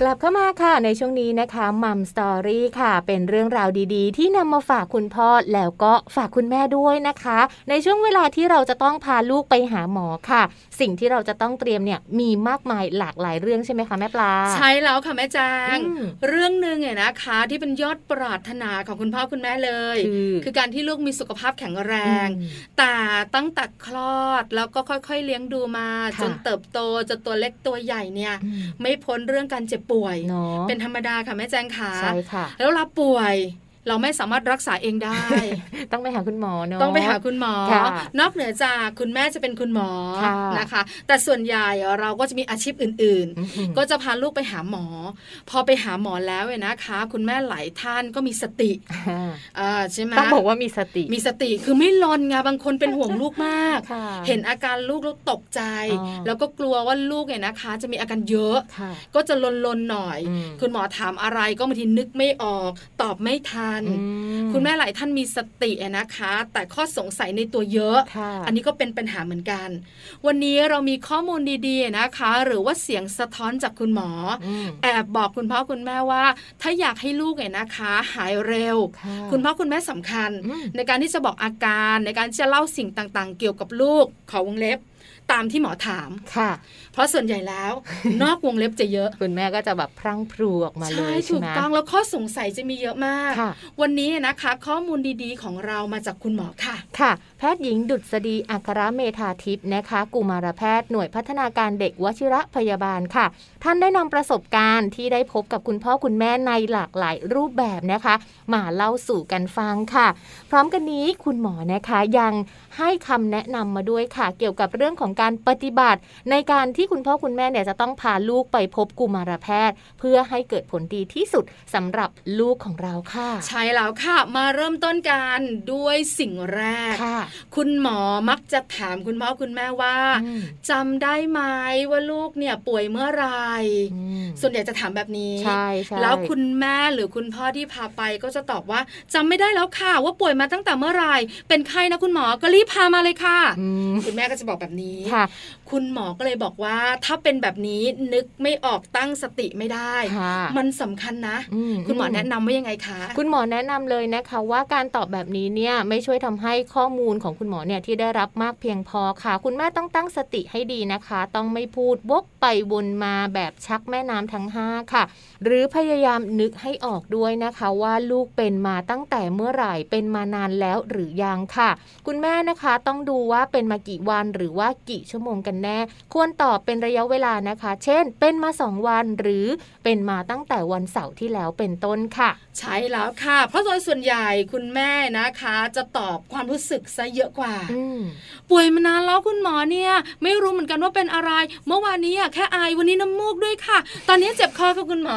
Speaker 2: กลับเข้ามาค่ะในช่วงนี้นะคะมัมสตอรี่ค่ะ เป็นเรื่องราวดีๆ ที่นำมาฝากคุณพ่อแล้วก็ฝากคุณแม่ด้วยนะคะ ในช่วงเวลาที่เราจะต้องพาลูกไปหาหมอค่ะ สิ่งที่เราจะต้องเตรียมเนี่ยมีมากมายหลากหลายเรื่องใช่ไหมคะแม่ปลา
Speaker 3: ใช่แล้วค่ะแม่แจง
Speaker 2: อืม
Speaker 3: เรื่องหนึ่งเนี่ยนะคะ ที่เป็นยอดปรารถนาของคุณพ่อคุณแม่เลย
Speaker 2: คือ
Speaker 3: อการที่ลูกมีสุขภาพแข็งแรง
Speaker 2: อืม
Speaker 3: แต่ตั้งแต่คลอดแล้วก็ค่อยๆเลี้ยงดูมา
Speaker 2: ค่ะ
Speaker 3: จนเติบโตจนตัวเล็กตัวใหญ่เนี่ย
Speaker 2: อืม
Speaker 3: ไม่พ้นเรื่องการเจ็บป่วย
Speaker 2: เนาะ
Speaker 3: เป็นธรรมดาค่ะแม่แจงค่ะ
Speaker 2: ใช่ค่ะ
Speaker 3: แล้วเราป่วย เราไม่สามารถรักษาเองได้
Speaker 2: ต้องไปหาคุณหมอเนาะ
Speaker 3: ต้องไปหาคุณหมอ
Speaker 2: ค่ะ
Speaker 3: นอกเหนือจากคุณแม่จะเป็นคุณหมอ
Speaker 2: ค่ะ
Speaker 3: นะคะ แต่ส่วนใหญ่เราก็จะมีอาชีพอื่น ๆ
Speaker 2: อืม
Speaker 3: ก็จะพาลูกไปหาหมอ พอไปหาหมอแล้วเนี่ยนะคะ คุณแม่หลายท่านก็มีสติเอ่อใช่ไหม
Speaker 2: ต้องบอกว่ามีสติ
Speaker 3: มีสติคือไม่ลนไงบางคนเป็นห่วงลูกมาก
Speaker 2: ค่ะ
Speaker 3: เห็นอาการลูกแล้วตกใจ
Speaker 2: อ๋อ
Speaker 3: แล้วก็กลัวว่าลูกเนี่ยนะคะ จะมีอาการเยอะ
Speaker 2: ค่ะ
Speaker 3: ก็จะลนลนๆหน่อย
Speaker 2: อืม
Speaker 3: คุณหมอถามอะไรก็บางทีนึกไม่ออก ตอบไม่ทัน
Speaker 2: อื
Speaker 3: คุณแม่หลายท่านมีสติอะนะคะ แต่ข้อสงสัยในตัวเยอะ
Speaker 2: ค่ะ
Speaker 3: อันนี้ก็เป็นปัญหาเหมือนกัน วันนี้เรามีข้อมูลดีๆนะคะ หรือว่าเสียงสะท้อนจากคุณหมอ
Speaker 2: อืม
Speaker 3: แอบบอกคุณพ่อคุณแม่ว่า ถ้าอยากให้ลูกเนี่ยนะคะ หายเร็ว
Speaker 2: ค่ะ
Speaker 3: คุณพ่อคุณแม่สำคัญ
Speaker 2: อืม
Speaker 3: ในการที่จะบอกอาการในการที่จะเล่าสิ่งต่างๆ เกี่ยวกับลูกขอวงเล็บ ตามที่หมอถาม
Speaker 2: ค่ะ
Speaker 3: เพราะส่วนใหญ่แล้ว นอกวงเล็บจะเยอะ
Speaker 2: คุณแม่ก็จะแบบพรั่งพรูออกมาเล
Speaker 3: ใช่
Speaker 2: ยใช่
Speaker 3: ถูก
Speaker 2: ไหม
Speaker 3: ต้องแล้วข้อสงสัยจะมีเยอะมาก
Speaker 2: ค่ะ
Speaker 3: วันนี้นะคะ ข้อมูลดีๆ ของเรามาจากคุณหมอค่ะ
Speaker 2: ค่ะ แพทย์หญิงดุษฎีอัครเมธาทิพย์นะคะ กุมารแพทย์หน่วยพัฒนาการเด็กวชิระพยาบาลค่ะ ท่านได้นำประสบการณ์ที่ได้พบกับคุณพ่อคุณแม่ในหลากหลายรูปแบบนะคะ มาเล่าสู่กันฟังค่ะ พร้อมกันนี้คุณหมอนะคะยังให้คำแนะนำมาด้วยค่ะ เกี่ยวกับเรื่องของการปฏิบัติ ในการที่คุณพ่อคุณแม่เนี่ยจะต้องพาลูกไปพบกุมารแพทย์ เพื่อให้เกิดผลดีที่สุดสำหรับลูกของเราค่ะ
Speaker 3: ใช่แล้วค่ะ มาเริ่มต้นกันด้วยสิ่งแรก
Speaker 2: ค่ะ
Speaker 3: คุณหมอมักจะถามคุณพ่อคุณแม่ว่า
Speaker 2: อืม
Speaker 3: จำได้ไหมว่าลูกเนี่ยป่วยเมื่อไหร
Speaker 2: อืม
Speaker 3: ส่วนใหญ่จะถามแบบนี้
Speaker 2: ใช่ใช่
Speaker 3: แล้วคุณแม่หรือคุณพ่อที่พาไปก็จะตอบว่าจำไม่ได้แล้วค่ะ ว่าป่วยมาตั้ งแต่เมื่อไหรเป็นไข้นะคุณหมอก็รีบพามาเลยค่ะ
Speaker 2: อืม
Speaker 3: คุณแม่ก็จะบอกแบบนี้
Speaker 2: ค่ะ
Speaker 3: คุณหมอก็เลยบอกว่า ถ้าเป็นแบบนี้นึกไม่ออกตั้งสติไม่ได้
Speaker 2: ค่ะ
Speaker 3: มันสำคัญนะ
Speaker 2: อื
Speaker 3: คุณหมอแนะนำว่ายังไงคะ
Speaker 2: คุณหมอแนะนำเลยนะคะว่าการตอบแบบนี้เนี่ยไม่ช่วยทำให้ข้อมูลของคุณหมอเนี่ยที่ได้รับมากเพียงพอค่ะ คุณแม่ต้องตั้งสติให้ดีนะคะ ต้องไม่พูดวกไปวนมาแบบชักแม่น้ำทั้งห้าค่ะ หรือพยายามนึกให้ออกด้วยนะคะว่าลูกเป็นมาตั้งแต่เมื่อไหร่เป็นมานานแล้วหรือยังค่ะ คุณแม่นะคะต้องดูว่าเป็นมากี่วันหรือว่ากี่ชั่วโมงกันแน่ ควรตอบเป็นระยะเวลานะคะ เช่น เป็นมา 2 วันหรือเป็นมาตั้งแต่วันเสาร์ที่แล้วเป็นต้นค่ะ
Speaker 3: ใช่แล้วค่ะ เพราะโดยส่วนใหญ่คุณแม่นะคะ จะตอบความรู้สึกซะเยอะกว่า
Speaker 2: อืม
Speaker 3: ป่วยมานานแล้วคุณหมอเนี่ย ไม่รู้เหมือนกันว่าเป็นอะไร เมื่อวานนี้อะแค่ไอายวันนี้น้ำมูกด้วยค่ะ ตอนนี้เจ็บคอค่ะคุณหม อ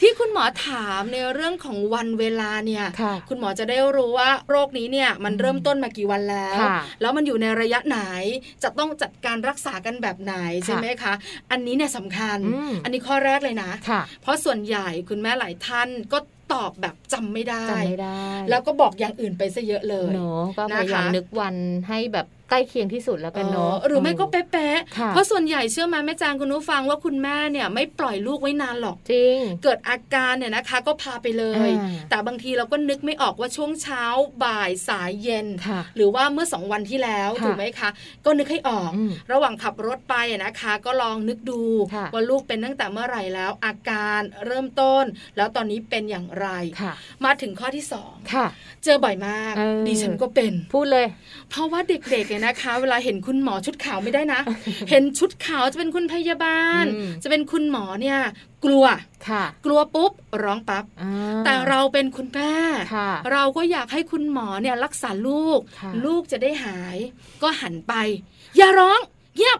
Speaker 3: ที่คุณหมอถามในเรื่องของวันเวลาเนี่ย
Speaker 2: ค่ะ
Speaker 3: คุณหมอจะได้รู้ว่าโรคนี้เนี่ยมันเริ่มต้นมากี่วันแล้ว
Speaker 2: ค่ะ
Speaker 3: แล้วมันอยู่ในระยะไหนจะต้องจัดการรักษากันแบบไหนใช่ไหมคะ อันนี้เนี่ยสำคัญ
Speaker 2: อืม
Speaker 3: นนี้ข้อแรกเลยนะ
Speaker 2: ค่ะ
Speaker 3: เพราะส่วนใหญ่คุณแม่หลายท่านก็ตอบแบบจำไม่ได้
Speaker 2: จำไม่ได้
Speaker 3: แล้วก็บอกอย่างอื่นไปซะเยอะเลย
Speaker 2: เนอะก็พยายาม
Speaker 3: นะคะ
Speaker 2: นึกวันให้แบบใกล้เคียงที่สุดแล้วกันเนอะ
Speaker 3: หรือไม่ก็เป๊ะ
Speaker 2: ค่ะ
Speaker 3: ๆเพราะส่วนใหญ่เชื่อไหมาแม่จางคุณผู้ฟังว่าคุณแม่เนี่ยไม่ปล่อยลูกไว้นานหรอก
Speaker 2: จริง
Speaker 3: เกิดอาการเนี่ยนะคะก็พาไปเลย
Speaker 2: อ่า
Speaker 3: แต่บางทีเราก็นึกไม่ออกว่าช่วงเช้าบ่ายสายเย็น
Speaker 2: ค่ะ
Speaker 3: หรือว่าเมื่อสองวันที่แล้ว
Speaker 2: ค่ะ
Speaker 3: ถูกไหมคะ ก็นึกให้ออก
Speaker 2: อืม
Speaker 3: ระหว่างขับรถไปอะนะคะ ก็ลองนึกดู
Speaker 2: ค่ะ
Speaker 3: ว่าลูกเป็นตั้งแต่เมื่อไหร่แล้ว อาการเริ่มต้น แล้วตอนนี้เป็นอย่างไร
Speaker 2: ค่ะ
Speaker 3: มาถึงข้อที่สอง
Speaker 2: ค่ะ
Speaker 3: เจอบ่อยมาก
Speaker 2: เออ
Speaker 3: ดิฉันก็เป็น
Speaker 2: พูดเลย
Speaker 3: เพราะว่าเด็กๆเนี่ยนะคะ เวลาเห็นคุณหมอชุดขาวไม่ได้นะ เห็นชุดขาวจะเป็นคุณพยาบาล
Speaker 2: อืม
Speaker 3: จะเป็นคุณหมอเนี่ยกลัว
Speaker 2: ค่ะ
Speaker 3: กลัวปุ๊บร้องปั๊บ
Speaker 2: อ่า
Speaker 3: แต่เราเป็นคุณแม่
Speaker 2: ค่ะ
Speaker 3: เราก็อยากให้คุณหมอเนี่ยรักษาลูก
Speaker 2: ค่ะ
Speaker 3: ลูกจะได้หาย ก็หันไป อย่าร้องเงียบ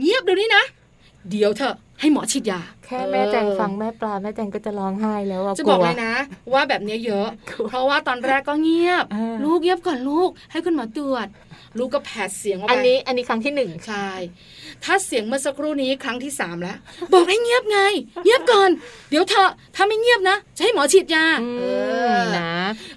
Speaker 3: เงียบเดี๋ยวนี้นะ เดี๋ยวเถอะให้หมอฉีดยา
Speaker 2: แค่แม่แจง
Speaker 3: เออ
Speaker 2: ฟังแม่ปลาแม่แจงก็จะร้องไห้แล้วอะ
Speaker 3: จะบอก
Speaker 2: ลัว
Speaker 3: เลยนะ ว่าแบบเนี้ยเยอะ
Speaker 2: กลัว
Speaker 3: เพราะว่าตอนแรกก็เงียบ
Speaker 2: เออ
Speaker 3: ลูกเงียบก่อนลูก ให้คุณหมอตรวจ ลูกก็แผดเสียงออกไป
Speaker 2: อันนี้อันนี้ครั้งที่หนึ่ง
Speaker 3: ใช่ ถ้าเสียงเมื่อสักครู่นี้ครั้งที่สามแล้ว บอกให้เงียบไง เงียบก่อน เดี๋ยวเถอะ ถ้าไม่เงียบนะ จะให้หมอฉีดยา
Speaker 2: อื
Speaker 3: เอ
Speaker 2: ม
Speaker 3: อ
Speaker 2: นะ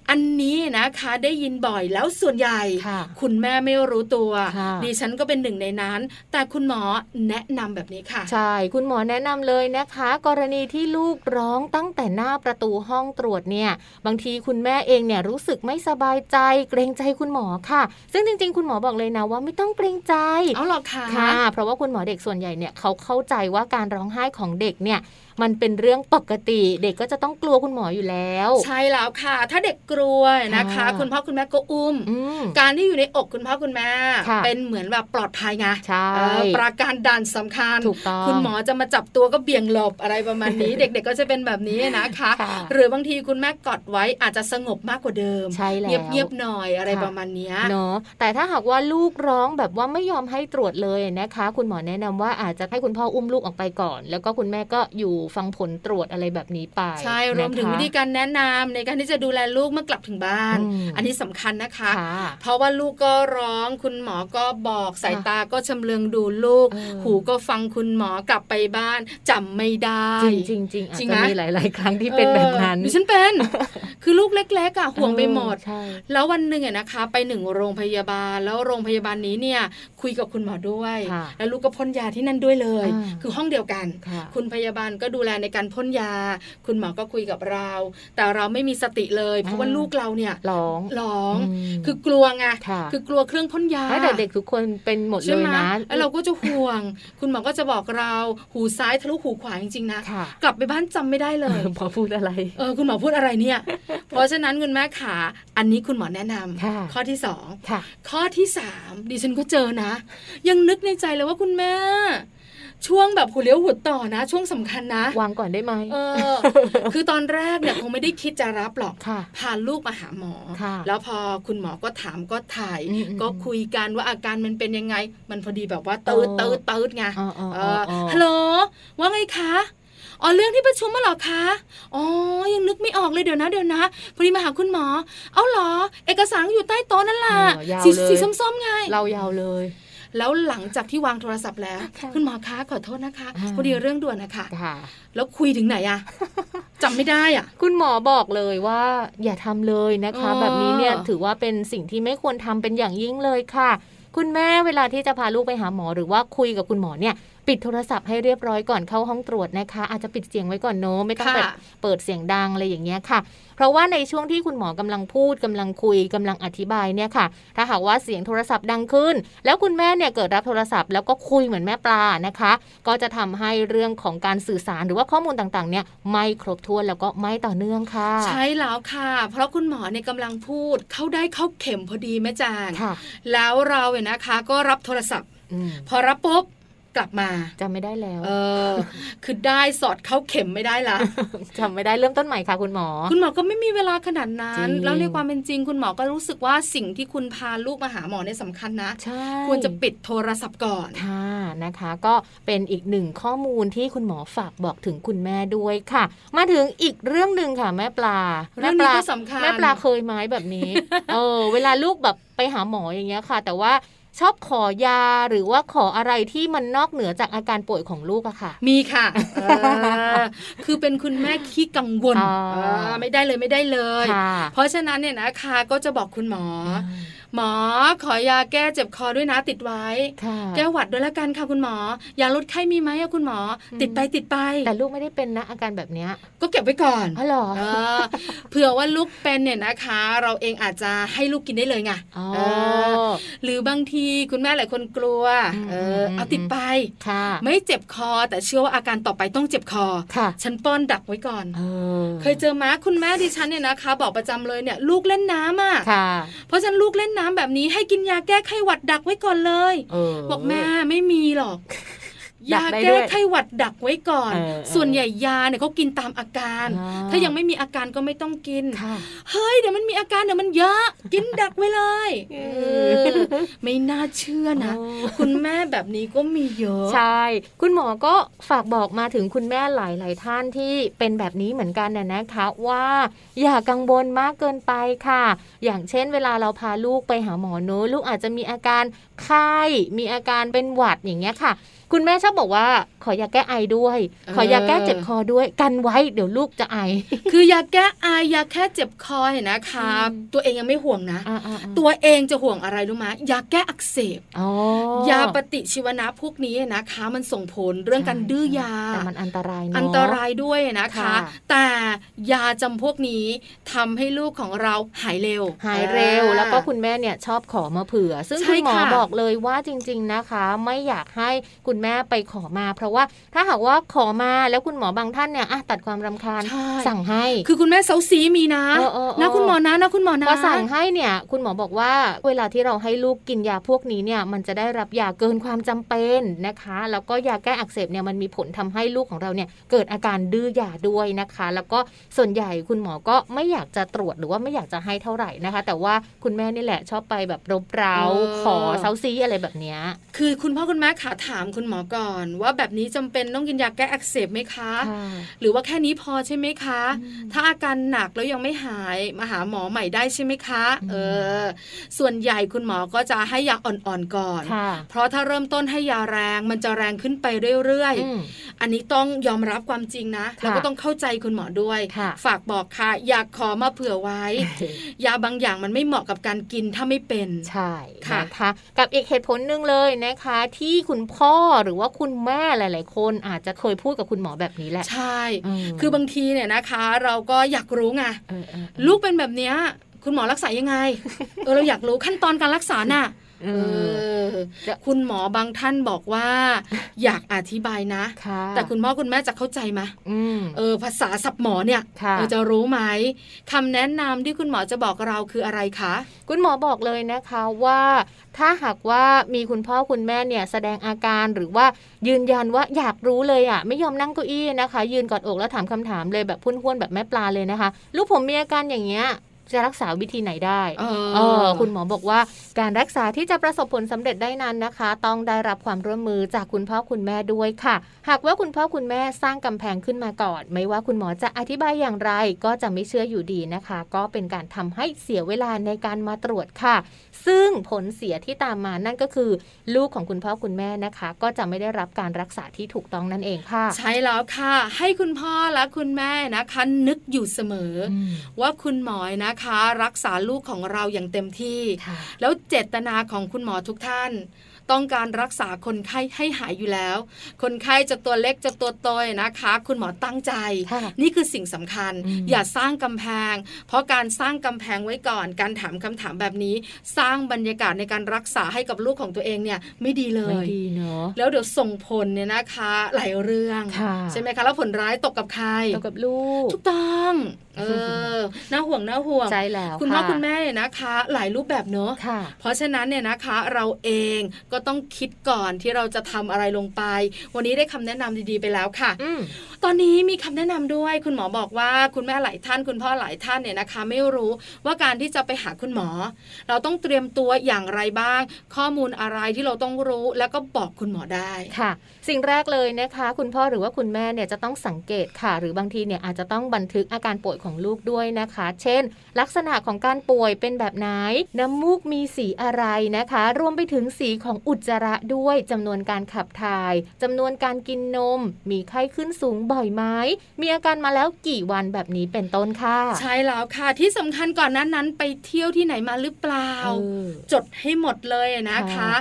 Speaker 3: อันนี้นะคะได้ยินบ่อยแล้วส่วนใหญ่
Speaker 2: ค่ะ
Speaker 3: คุณแม่ไม่รู้ตัว
Speaker 2: ค่ะ
Speaker 3: ดิฉันก็เป็นหนึ่งในนั้น แต่คุณหมอแนะนำแบบนี้ค่ะ
Speaker 2: ใช่ คุณหมอแนะนำเลยนะคะ กรณีที่ลูกร้องตั้งแต่หน้าประตูห้องตรวจเนี่ย บางทีคุณแม่เองเนี่ยรู้สึกไม่สบายใจ เกรงใจคุณหมอค่ะ ซึ่งจริง ๆ คุณหมอบอกเลยนะว่าไม่ต้องเกรงใจ
Speaker 3: เอาหรอคะ
Speaker 2: ค่ะ เพราะว่าคุณหมอเด็กส่วนใหญ่เนี่ยเขาเข้าใจว่าการร้องไห้ของเด็กเนี่ยมันเป็นเรื่องปกติ เด็กก็จะต้องกลัวคุณหมออยู่แล้ว
Speaker 3: ใช่แล้วค่ะ ถ้าเด็กกลัวนะคะ
Speaker 2: ค่ะ
Speaker 3: คุณพ่อคุณแม่ก็อุ้ม
Speaker 2: อืม
Speaker 3: การที่อยู่ในอกคุณพ่อคุณแม่
Speaker 2: ค่ะ
Speaker 3: เป็นเหมือนแบบปลอดภัยไง
Speaker 2: ใช่
Speaker 3: เออประการด่านสำคัญ
Speaker 2: ถูกต้อง
Speaker 3: คุณหมอจะมาจับตัวก็เบี่ยงหลบอะไรประมาณ นี้ เด็กๆก็จะเป็นแบบนี้นะคะ
Speaker 2: ค่ะ
Speaker 3: หรือบางทีคุณแม่กอดไว้อาจจะสงบมากกว่าเดิม
Speaker 2: ใช่แล้ว
Speaker 3: เงียบๆหน่อยอะไร
Speaker 2: ค่ะ
Speaker 3: ประมาณเนี้ย
Speaker 2: เนาะแต่ถ้าหากว่าลูกร้องแบบว่าไม่ยอมให้ตรวจเลยนะคะ คุณหมอแนะนำว่าอาจจะให้คุณพ่ออุ้มลูกออกไปก่อน แล้วก็คุณแม่ก็อยู่ฟังผลตรวจอะไรแบบนี้ไป
Speaker 3: ใช่รวมถึง
Speaker 2: นะคะ
Speaker 3: วิธีการแนะนำในการที่จะดูแลลูกเมื่อกลับถึงบ้าน
Speaker 2: อืม
Speaker 3: อันนี้สำคัญนะคะ
Speaker 2: ค่ะ
Speaker 3: เพราะว่าลูกก็ร้อง คุณหมอก็บอกสาย
Speaker 2: ค่ะ
Speaker 3: ตาก็ชำเลืองดูลูก
Speaker 2: เออ
Speaker 3: หูก็ฟังคุณหมอกลับไปบ้านจำไม่ได้
Speaker 2: จริงจริงจริงๆอาจ
Speaker 3: จริง
Speaker 2: จะ
Speaker 3: ไหม
Speaker 2: มีหลาย ๆ ครั้งที่เป็นแบบนั้น
Speaker 3: เออดิฉัน เป็น คือลูกเล็กๆอ่ะห่วงไปหมด
Speaker 2: ใช่
Speaker 3: แล้ววันหนึ่งอะนะคะ ไปหนึ่งโรงพยาบาล แล้วโรงพยาบาลนี้เนี่ยคุยกับคุณหมอด้วย
Speaker 2: ค่ะ
Speaker 3: แล้วลูกก็พ่นยาที่นั่นด้วยเลย
Speaker 2: อ่า
Speaker 3: คือห้องเดียวกัน
Speaker 2: ค่ะ
Speaker 3: คุณพยาบาลก็ดูแลในการพ่นยา คุณหมอก็คุยกับเรา แต่เราไม่มีสติเลย เพราะว่า
Speaker 2: อ่า
Speaker 3: ลูกเราเนี่ย
Speaker 2: ร้อง
Speaker 3: ร้อง
Speaker 2: อืม
Speaker 3: คือกลัวไง
Speaker 2: ค่ะ
Speaker 3: อกลัวเครื่องพ่นยา
Speaker 2: แต่เด็กทุกคนเป็นหมดเล
Speaker 3: ใช่
Speaker 2: ย
Speaker 3: ไหม
Speaker 2: นะ
Speaker 3: แล้วเราก็จะห่วง คุณหมอก็จะบอกเรา หูซ้ายทะลุหูขวาจริงๆนะ
Speaker 2: ค่ะ
Speaker 3: กลับไปบ้านจำไม่ได้เลย
Speaker 2: พอพูดอะไร
Speaker 3: เออคุณหมอพูดอะไรเนี่ย เพราะฉะนั้นคุณแม่ขา อันนี้คุณหมอแนะนำ
Speaker 2: ค่ะ
Speaker 3: ข้อที่สอง
Speaker 2: ค่ะ
Speaker 3: ข้อที่สามดิฉันก็เจอนะ ยังนึกในใจเลยว่าคุณแม่ ช่วงแบบหัวเลี้ยวหัวต่อนะ ช่วงสำคัญนะ
Speaker 2: วางก่อนได้ไหม
Speaker 3: เอ อ คือตอนแรกเนี่ยคงไม่ได้คิดจะรับหรอก
Speaker 2: ค่ะ
Speaker 3: พาลูกมาหาหมอ
Speaker 2: ค่ะ
Speaker 3: แล้วพอคุณหมอก็ถามก็ถ่าย
Speaker 2: อืมอืม
Speaker 3: ก็คุยกันว่าอาการมันเป็นยังไง มันพอดีแบบว่าตืดตืดตืดไง
Speaker 2: อ๋ออ๋อ
Speaker 3: เอ
Speaker 2: อ๋อ
Speaker 3: อฮัลโหลว่าไงคะอ๋อเรื่องที่ประชุมมาเหรอคะอ๋อยังนึกไม่ออกเลยเดี๋ยวนะเดี๋ยวนะพอดีมาหาคุณหมอ เอาเหรอ เอกสารอยู่ใต้โต๊ะนั่นล่ะ
Speaker 2: อ๋อยาว
Speaker 3: สี
Speaker 2: เลย
Speaker 3: สีส้มๆไง
Speaker 2: เรายาวเลย
Speaker 3: แล้วหลังจากที่วางโทรศัพท์แล้ว
Speaker 2: ค่ะ
Speaker 3: คุณหมอคะขอโทษนะคะ
Speaker 2: อ่า
Speaker 3: พอดีเรื่องด่วนนะคะ
Speaker 2: ค่ะ
Speaker 3: แล้วคุยถึงไหนอะ จำไม่ได้อะ
Speaker 2: คุณหมอบอกเลยว่าอย่าทำเลยนะคะ
Speaker 3: อ๋อ
Speaker 2: แบบนี้เนี่ยถือว่าเป็นสิ่งที่ไม่ควรทำเป็นอย่างยิ่งเลยค่ะ คุณแม่เวลาที่จะพาลูกไปหาหมอหรือว่าคุยกับคุณหมอเนี่ย ปิดโทรศัพท์ให้เรียบร้อยก่อนเข้าห้องตรวจนะคะ อาจจะปิดเสียงไว้ก่อนเนอะไม่ต้องเปิด
Speaker 3: ค่ะ
Speaker 2: เปิดเสียงดังอะไรอย่างเงี้ยค่ะ เพราะว่าในช่วงที่คุณหมอกำลังพูดกำลังคุยกำลังอธิบายเนี่ยค่ะ ถ้าหากว่าเสียงโทรศัพท์ดังขึ้น แล้วคุณแม่เนี่ยเกิดรับโทรศัพท์แล้วก็คุยเหมือนแม่ปลานะคะ ก็จะทำให้เรื่องของการสื่อสารหรือว่าข้อมูลต่างๆเนี่ยไม่ครบถ้วนแล้วก็ไม่ต่อเนื่องค่ะ
Speaker 3: ใช่แล้วค่ะ เพราะคุณหมอเนี่ยกำลังพูด เข้าได้เข้าเข็มพอดีแม่จาง
Speaker 2: ค่ะ
Speaker 3: แล้วเราเนี่ยนะคะ ก็รับโทรศัพท์
Speaker 2: อืม
Speaker 3: พอรับปุ๊บกลับมา
Speaker 2: จำไม่ได้แล้ว
Speaker 3: เออ คือได้สอดเข้าเข็มไม่ได้ละ
Speaker 2: จำไม่ได้เริ่มต้นใหม่ค่ะคุณหมอ
Speaker 3: คุณหมอก็ไม่มีเวลาขนาดนั้น
Speaker 2: จริง
Speaker 3: แล้วในความเป็นจริง คุณหมอก็รู้สึกว่าสิ่งที่คุณพาลูกมาหาหมอเนี่ยสำคัญนะ
Speaker 2: ใช่
Speaker 3: ควรจะปิดโทรศัพท์ก่อน
Speaker 2: ค่ะนะคะก็เป็นอีกหนึ่งข้อมูลที่คุณหมอฝากบอกถึงคุณแม่ด้วยค่ะ มาถึงอีกเรื่องหนึ่งค่ะ แม่ปลา
Speaker 3: เรื่องนี้
Speaker 2: แม่ปลา
Speaker 3: ก็สำคัญ
Speaker 2: แม่ปลาเคยไหมแบบนี้ เออเวลาลูกแบบไปหาหมออย่างเงี้ยค่ะ แต่ว่าชอบขอยาหรือว่าขออะไรที่มันนอกเหนือจากอาการป่วยของลูกอะค่ะ
Speaker 3: มีค่ะเออคือเป็นคุณแม่ขี้กังวล
Speaker 2: อ๋อ
Speaker 3: เออไม่ได้เลยไม่ได้เลย
Speaker 2: ค่ะ
Speaker 3: เพราะฉะนั้นเนี่ยนะคะก็จะบอกคุณหมอ หมอขอยาแก้เจ็บคอด้วยนะติดไว้
Speaker 2: ค่ะ
Speaker 3: แก้หวัดด้วยละกันค่ะคุณหมอ ยาลดไข้มีไหมอะคุณหมอ
Speaker 2: อืม
Speaker 3: ติดไปติดไป
Speaker 2: แต่ลูกไม่ได้เป็นนะอาการแบบเนี้ย
Speaker 3: ก็เก็บไว้ก่อน
Speaker 2: อ๋อเหรอ
Speaker 3: เออเผื่อว่าลูกเป็นเนี่ยนะคะ เราเองอาจจะให้ลูกกินได้เลยไง
Speaker 2: อ๋อ
Speaker 3: เออหรือบางทีคุณแม่หลายคนกลัว
Speaker 2: อืม
Speaker 3: เออ
Speaker 2: ม
Speaker 3: เอาติดไป
Speaker 2: ค่ะ
Speaker 3: ไม่เจ็บคอ แต่เชื่อว่าอาการต่อไปต้องเจ็บคอ
Speaker 2: ค่ะ
Speaker 3: ฉันป้อนดักไว้ก่อน
Speaker 2: เออ
Speaker 3: เคยเจอมาคุณแม่ดิฉันเนี่ยนะคะ บอกประจำเลยเนี่ย ลูกเล่นน้ำอ่ะ
Speaker 2: ค่ะ
Speaker 3: เพราะฉะนันลูกเล่นน้ำแบบนี้ให้กินยาแก้ไข้หวัดดักไว้ก่อนเลย
Speaker 2: เออ
Speaker 3: บอกแม่ไม่มีหรอก
Speaker 2: ดั
Speaker 3: ยาก
Speaker 2: ได้ด้
Speaker 3: แก้
Speaker 2: วย
Speaker 3: ไข้หวัดดักไว้ก่อน
Speaker 2: เออเออ
Speaker 3: ส่วนใหญ่ยาเนี่ยเขากินตามอาการ
Speaker 2: อ่า
Speaker 3: ถ้ายังไม่มีอาการก็ไม่ต้องกิน
Speaker 2: ค่ะ
Speaker 3: เฮ้ยเดี๋ยวมันมีอาการเดี๋ยวมันเยอะ กินดักไว้เลย
Speaker 2: เออ
Speaker 3: เออไม่น่าเชื่อนะ
Speaker 2: เออ
Speaker 3: คุณแม่แบบนี้ก็มีเยอะ
Speaker 2: ใช่ คุณหมอก็ฝากบอกมาถึงคุณแม่หลาย ๆ ท่านที่เป็นแบบนี้เหมือนกันนะนะคะ ว่าอย่ากังวลมากเกินไปค่ะ อย่างเช่น เวลาเราพาลูกไปหาหมอเนอะลูกอาจจะมีอาการไข้มีอาการเป็นหวัดอย่างเงี้ยค่ะ คุณแม่ชอบบอกว่าขอยาแก้ไอด้วย ขอยาแก้เจ็บคอด้วย กันไว้เดี๋ยวลูกจะไอ
Speaker 3: คือยาแก้ไอายยาแค่เจ็บคอเนี่ยนะคะ
Speaker 2: อืม
Speaker 3: ตัวเองยังไม่ห่วงนะ
Speaker 2: อ่าๆๆ
Speaker 3: ตัวเองจะห่วงอะไรรู้ไหมยาแก้อักเสบ
Speaker 2: อ๋อย
Speaker 3: าปฏิชีวนะพวกนี้นะคะ มันส่งผลเรื่องการดื้อยา
Speaker 2: แต่มันอันตรายเนะ
Speaker 3: อันตรายด้วยนะคะ
Speaker 2: ค่ะ
Speaker 3: แต่ยาจำพวกนี้ทำให้ลูกของเราหายเร็ว
Speaker 2: หายเร็วแล้วก็คุณแม่เนี่ยชอบขอมาเผื่อ ซึ่ง
Speaker 3: ใช่
Speaker 2: คุณหมอ
Speaker 3: ค่ะ
Speaker 2: บอกเลยว่าจริง ๆนะคะ ไม่อยากให้คุณแม่ไปขอมา เพราะว่าถ้าหากว่าขอมาแล้วคุณหมอบางท่านเนี่ยอ่ะตัดความรำคาญ
Speaker 3: ใช่
Speaker 2: สั่งให้
Speaker 3: คือคุณแม่เซาซีมีนะ
Speaker 2: เออเออเออ
Speaker 3: นะคุณหมอนะนะคุณหมอนะ
Speaker 2: พอสั่งให้เนี่ยคุณหมอบอกว่าเวลาที่เราให้ลูกกินยาพวกนี้เนี่ยมันจะได้รับยาเกินความจำเป็นนะคะ แล้วก็ยาแก้อักเสบเนี่ยมันมีผลทำให้ลูกของเราเนี่ยเกิดอาการดื้อยาด้วยนะคะ แล้วก็ส่วนใหญ่คุณหมอก็ไม่อยากจะตรวจหรือว่าไม่อยากจะให้เท่าไหร่นะคะ แต่ว่าคุณแม่นี่แหละชอบไปแบบรบเร้า
Speaker 3: เออ
Speaker 2: ขอเซาซีอะไรแบบเนี้ย
Speaker 3: คือคุณพ่อคุณแม่ขาถามคุณหมอก่อน ว่าแบบนี้จำเป็นต้องกินยาแก้อักเสบไหมคะ หรือว่าแค่นี้พอใช่ไหมคะ ถ้าอาการหนักแล้วยังไม่หายมาหาหมอใหม่ได้ใช่ไหมคะ
Speaker 2: อืม
Speaker 3: เออ ส่วนใหญ่คุณหมอก็จะให้ยาอ่อนๆก่อน
Speaker 2: ค่ะ
Speaker 3: เพราะถ้าเริ่มต้นให้ยาแรงมันจะแรงขึ้นไปเรื่อย
Speaker 2: อืม
Speaker 3: ๆ อันนี้ต้องยอมรับความจริงนะ
Speaker 2: ค่ะ
Speaker 3: แล้วก็ต้องเข้าใจคุณหมอด้วย
Speaker 2: ค่ะ
Speaker 3: ฝากบอกค่ะ อยากขอมาเผื่อไว้ ยาบางอย่างมันไม่เหมาะกับการกินถ้าไม่เป็น
Speaker 2: ใช่
Speaker 3: ค่ะ
Speaker 2: นะคะกับอีกเหตุผลหนึ่งเลยนะคะ ที่คุณพ่อหรือว่าคุณแม่หลาย ๆ คนอาจจะเคยพูดกับคุณหมอแบบนี้แหละ
Speaker 3: ใช่
Speaker 2: ม
Speaker 3: คือบางทีเนี่ยนะคะ เราก็อยากรู้ไง
Speaker 2: เออเออเออ
Speaker 3: ลูกเป็นแบบเนี้ยคุณหมอรักษา ยังไง เออเราอยากรู้ขั้นตอนการรักษาน่ะ
Speaker 2: เอ
Speaker 3: เอ
Speaker 2: อ
Speaker 3: อคุณหมอบางท่านบอกว่า อยากอธิบายนะ
Speaker 2: ค่ะ
Speaker 3: แต่คุณพ่อคุณแม่จะเข้าใจไหม
Speaker 2: อืม
Speaker 3: เออภาษาศัพท์หมอเนี่ย
Speaker 2: ค่ะ
Speaker 3: เออจะรู้ไหมคำแนะนำที่คุณหมอจะบอกเราคืออะไรคะ
Speaker 2: คุณหมอบอกเลยนะคะว่า ถ้าหากว่ามีคุณพ่อคุณแม่เนี่ยแสดงอาการหรือว่ายืนยันว่าอยากรู้เลยอะ่ะ ไม่ยอมนั่งเก้าอี้นะคะ ยืนกอดอกแล้วถามคำถามเลยแบบพุ่นๆแบบแม่ปลาเลยนะคะ ลูกผมมีอาการอย่างเงี้ยจะรักษาวิธีไหนได้
Speaker 3: เออ
Speaker 2: เออคุณหมอบอกว่าการรักษาที่จะประสบผลสำเร็จได้นั้นนะคะ ต้องได้รับความร่วมมือจากคุณพ่อคุณแม่ด้วยค่ะ หากว่าคุณพ่อคุณแม่สร้างกำแพงขึ้นมาก่อน ไม่ว่าคุณหมอจะอธิบายอย่างไร ก็จะไม่เชื่ออยู่ดีนะคะ ก็เป็นการทำให้เสียเวลาในการมาตรวจค่ะ ซึ่งผลเสียที่ตามมานั่นก็คือ ลูกของคุณพ่อคุณแม่นะคะ ก็จะไม่ได้รับการรักษาที่ถูกต้องนั่นเองค่ะ
Speaker 3: ใช่แล้วค่ะ ให้คุณพ่อและคุณแม่นะคะ นึกอยู่เสมออ
Speaker 2: อืม
Speaker 3: ว่าคุณหมอนะ นะคะ รักษาลูกของเราอย่างเต็มที่
Speaker 2: ค่ะ
Speaker 3: แล้วเจตนาของคุณหมอทุกท่าน ต้องการรักษาคนไข้ให้หายอยู่แล้ว คนไข้จะตัวเล็กจะตัวโตยนะคะ คุณหมอตั้งใจ
Speaker 2: ค่ะ
Speaker 3: นี่คือสิ่งสำคัญ
Speaker 7: อืม
Speaker 3: อย่าสร้างกำแพง เพราะการสร้างกำแพงไว้ก่อน การถามคำถามแบบนี้ สร้างบรรยากาศในการรักษาให้กับลูกของตัวเองเนี่ยไม่ดีเล
Speaker 2: ไม่
Speaker 3: ย
Speaker 2: ดีเนาะ
Speaker 3: แล้วเดี๋ยวส่งผลเนี่ยนะคะหลายเรื่อง
Speaker 2: ค่ะ
Speaker 3: ใช่ไหมคะ แล้วผลร้ายตกกับใคร
Speaker 2: เกี่ยวกับลูก
Speaker 3: ถูกต้องเออน่าห่วงน่าห่วง
Speaker 2: ใช่แล้ว
Speaker 3: คุณพ่อะ คุณแม่เนี่ยนะคะ หลายรูปแบบเนอะ
Speaker 2: ค่ะ
Speaker 3: เพราะฉะนั้นเนี่ยนะคะ เราเองก็ต้องคิดก่อนที่เราจะทำอะไรลงไป วันนี้ได้คำแนะนำดีๆไปแล้วค่ะ
Speaker 2: อืม
Speaker 3: ตอนนี้มีคำแนะนำด้วยคุณหมอบอกว่าคุณแม่หลายท่าน คุณพ่อหลายท่านเนี่ยนะคะ ไม่รู้ว่าการที่จะไปหาคุณหมอ เราต้องเตรียมตัวอย่างไรบ้าง ข้อมูลอะไรที่เราต้องรู้แล้วก็บอกคุณหมอได้
Speaker 2: ค่ะ สิ่งแรกเลยนะคะ คุณพ่อหรือว่าคุณแม่เนี่ยจะต้องสังเกตค่ะ หรือบางทีเนี่ยอาจจะต้องบันทึกอาการป่วยของลูกด้วยนะคะ เช่น ลักษณะของการป่วยเป็นแบบไหน น้ำมูกมีสีอะไรนะคะ รวมไปถึงสีของอุจจาระด้วยจำนวนการขับถ่ายจำนวนการกินนม มีไข้ขึ้นสูงบ่อยไหมมีอาการมาแล้วกี่วันแบบนี้เป็นต้นค่ะ
Speaker 3: ใช่แล้วค่ะที่สำคัญก่อนหนั้นนั้นไปเที่ยวที่ไหนมาหรือเปล่า
Speaker 2: เออ
Speaker 3: จดให้หมดเลยนะคะ
Speaker 2: ค่ะ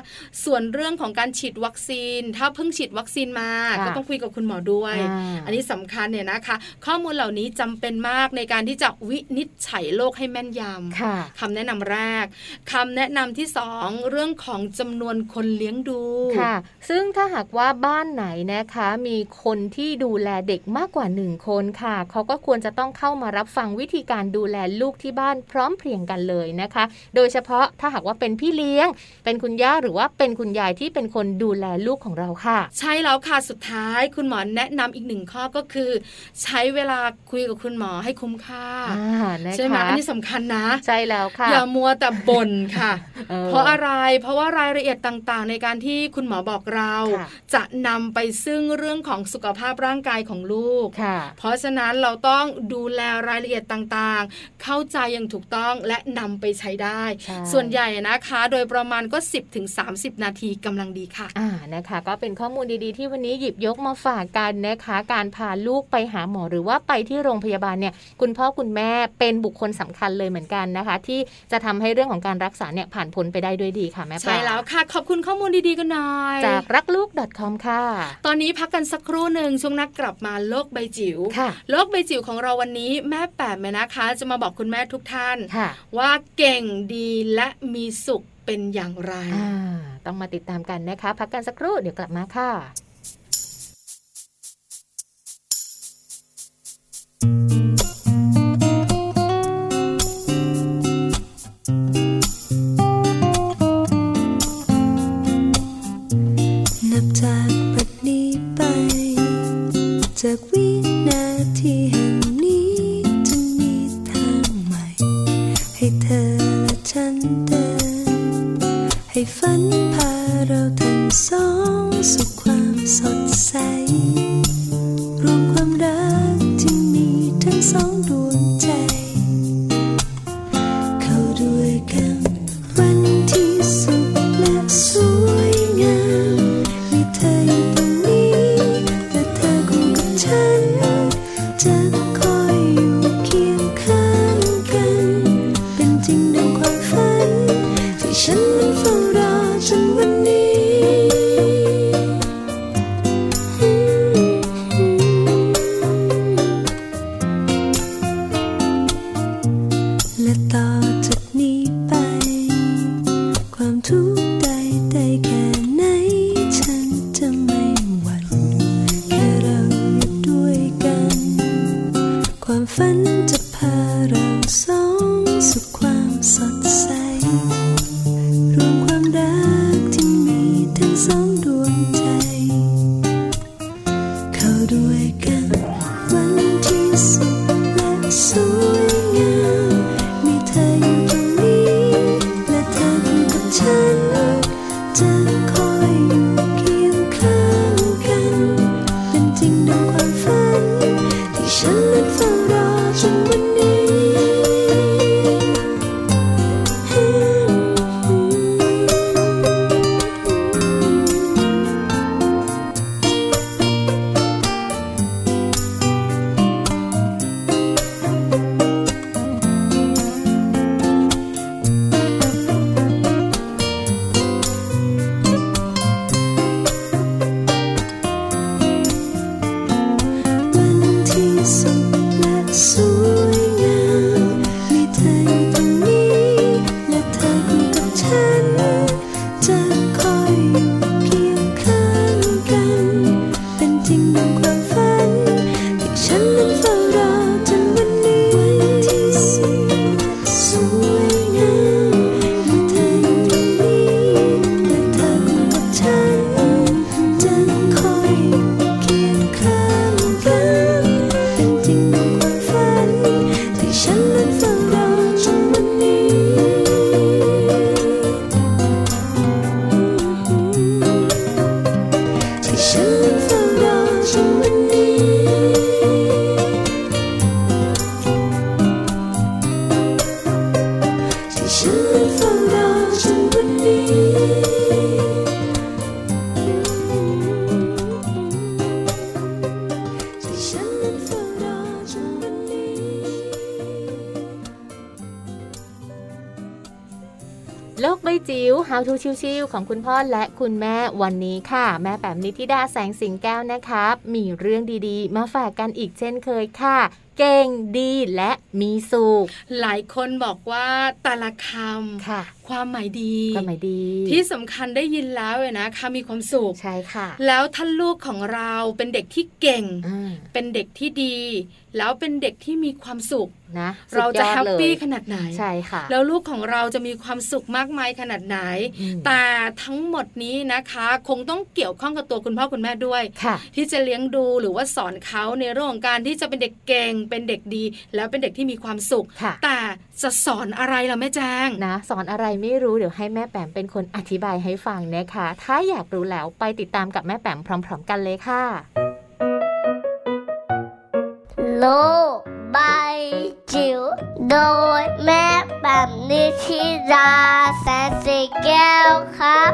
Speaker 3: ส่วนเรื่องของการฉีดวัคซีน ถ้าเพิ่งฉีดวัคซีนมา
Speaker 2: ค่ะ
Speaker 3: ก็ต้องคุยกับคุณหมอด้วย
Speaker 2: อ่า
Speaker 3: อันนี้สำคัญเนี่ยนะคะ ข้อมูลเหล่านี้จำเป็นมากในการที่จะวินิจฉัยโรคให้แม่นยำ
Speaker 2: ค่ะ
Speaker 3: คำแนะนำแรกคำแนะนำที่สองเรื่องของจำนวนคนเลี้ยงดู
Speaker 2: ค่ะ ซึ่งถ้าหากว่าบ้านไหนนะคะ มีคนที่ดูแลเด็กมากกว่า 1 คนค่ะ เขาก็ควรจะต้องเข้ามารับฟังวิธีการดูแลลูกที่บ้านพร้อมเพรียงกันเลยนะคะ โดยเฉพาะถ้าหากว่าเป็นพี่เลี้ยง เป็นคุณย่าหรือว่าเป็นคุณยายที่เป็นคนดูแลลูกของเราค่ะ
Speaker 3: ใช่แล้วค่ะสุดท้ายคุณหมอแนะนำอีกหนึ่งข้อก็คือ ใช้เวลาคุยกับคุณหมอให้คุ้มค่า
Speaker 2: อ่านะคะ
Speaker 3: ใช่ไหมอันนี้สำคัญนะ
Speaker 2: ใช่แล้วค่ะ
Speaker 3: อย่ามัวแต่บ่นค่ะ
Speaker 2: ออ
Speaker 3: เพราะอะไร เพราะว่ารายละเอียดต่างๆ ในการที่คุณหมอบอกเรา
Speaker 2: ค่ะ
Speaker 3: จะนำไปซึ่งเรื่องของสุขภาพร่างกายของลูก
Speaker 2: ค่ะ
Speaker 3: เพราะฉะนั้นเราต้องดูแลรายละเอียดต่างๆ เข้าใจอย่างถูกต้องและนำไปใช้ได้
Speaker 2: ใช่
Speaker 3: ส่วนใหญ่นะคะ โดยประมาณก็ 10-30 นาทีกำลังดีค่ะ
Speaker 2: อ่านะคะ ก็เป็นข้อมูลดีๆ ที่วันนี้หยิบยกมาฝากกันนะคะ การพาลูกไปหาหมอหรือว่าไปที่โรงพยาบาลเนี่ย คุณพ่อคุณแม่เป็นบุคคลสำคัญเลยเหมือนกันนะคะ ที่จะทำให้เรื่องของการรักษาเนี่ยผ่านพ้นไปได้ด้วยดีค่ะแม่ปลา
Speaker 3: ใช่แล้วค่ะ ขอบคุณข้อมูลดีๆ กันหน่อย
Speaker 2: จากรักลูก .com ค่ะ
Speaker 3: ตอนนี้พักกันสักครู่หนึ่งช่วงหนักกลับมาโลกใบจิ๋ว
Speaker 2: ค่ะ
Speaker 3: โลกใบจิ๋วของเราวันนี้แม่แปมเนี่ยนะคะ จะมาบอกคุณแม่ทุกท่าน
Speaker 2: ค่ะ
Speaker 3: ว่าเก่งดีและมีสุขเป็นอย่างไร
Speaker 2: อ่าต้องมาติดตามกันนะคะ พักกันสักครู่เดี๋ยวกลับมาค่ะ
Speaker 5: นับจากบัดนี้ไป จากวินาทีแห่งนี้จะมีทางใหม่ ให้เธอและฉันเดิน ให้ฝันพาเราทั้งสองสู่ความสดใส รวมความรักที่มีทั้งสองดวงใจ เข้าด้วยกันวันที่สุขและสวยงาม มีเธออยู่ตรงนี้และเธอคู่กับฉัน จะคอยอยู่เคียงข้างกัน เป็นจริงดังความฝัน ที่ฉันนั้นเฝ้ารอจนวันนี้ และต่อจากนี้ไป ความทุกข์ใดใดแค่ไหน ฉันจะไม่หวั่นแค่เราอยู่ด้วยกัน ความฝันจะพาเราสองสู่ความสดใส รวมความรักที่มีทั้งสองดวงใจ เข้าด้วยกัน วันที่สุดและสวยงาม มีเธออยู่ตรงนี้ และเธออยู่กับฉัน จะคอยอยู่เคียงข้างกัน เป็นจริงดังความฝัน ที่ฉันนั้นเฝ้ารอจนวัน
Speaker 6: มันเฝ้ารอฉันวันนี้ ที่ฉันเฝ้ารอฉันวันนี้ ที่ฉันเฝ้ารอฉันวันนี้
Speaker 2: โลกใบจิ๋ว How to ชิวๆของคุณพ่อและคุณแม่วันนี้ค่ะ แม่แปมนิธิดาแสงสิงแก้วนะครับมีเรื่องดีๆ มาฝากกันอีกเช่นเคยค่ะ เก่งดีและมีสุข
Speaker 3: หลายคนบอกว่าแต่ละคำ
Speaker 2: ค่ะ
Speaker 3: ความหมายดี
Speaker 2: ก็หมายดี
Speaker 3: ที่สำคัญได้ยินแล้วเนี่ยนะคะมีความสุข
Speaker 2: ใช่ค่ะ
Speaker 3: แล้วท่านลูกของเราเป็นเด็กที่เก่ง
Speaker 2: อ่า
Speaker 3: เป็นเด็กที่ดี แล้วเป็นเด็กที่มีความสุข
Speaker 2: นะ
Speaker 3: เราจะแฮ
Speaker 2: สุดยอด
Speaker 3: ป
Speaker 2: เลย
Speaker 3: ปี้ขนาดไหน
Speaker 2: ใช่ค่ะ
Speaker 3: แล้วลูกของเราจะมีความสุขมากมายขนาดไหน
Speaker 2: อืม
Speaker 3: แต่ทั้งหมดนี้นะคะ คงต้องเกี่ยวข้องกับตัวคุณพ่อคุณแม่ด้วย
Speaker 2: ค่ะ
Speaker 3: ที่จะเลี้ยงดูหรือว่าสอนเขาในเรื่องของการที่จะเป็นเด็กเก่ง เป็นเด็กดี แล้วเป็นเด็กที่มีความสุข
Speaker 2: ค่ะ
Speaker 3: แต่จะสอนอะไรล่ะแม่แจ้ง
Speaker 2: นะสอนอะไรไม่รู้เดี๋ยวให้แม่แปมเป็นคนอธิบายให้ฟังนะคะ ถ้าอยากรู้แล้วไปติดตามกับแม่แปมพร้อม ๆ กันเลยค่ะ
Speaker 8: โลกใบจิ๋วโดยแม่แบบนิชิราแสนสีแก้วครับ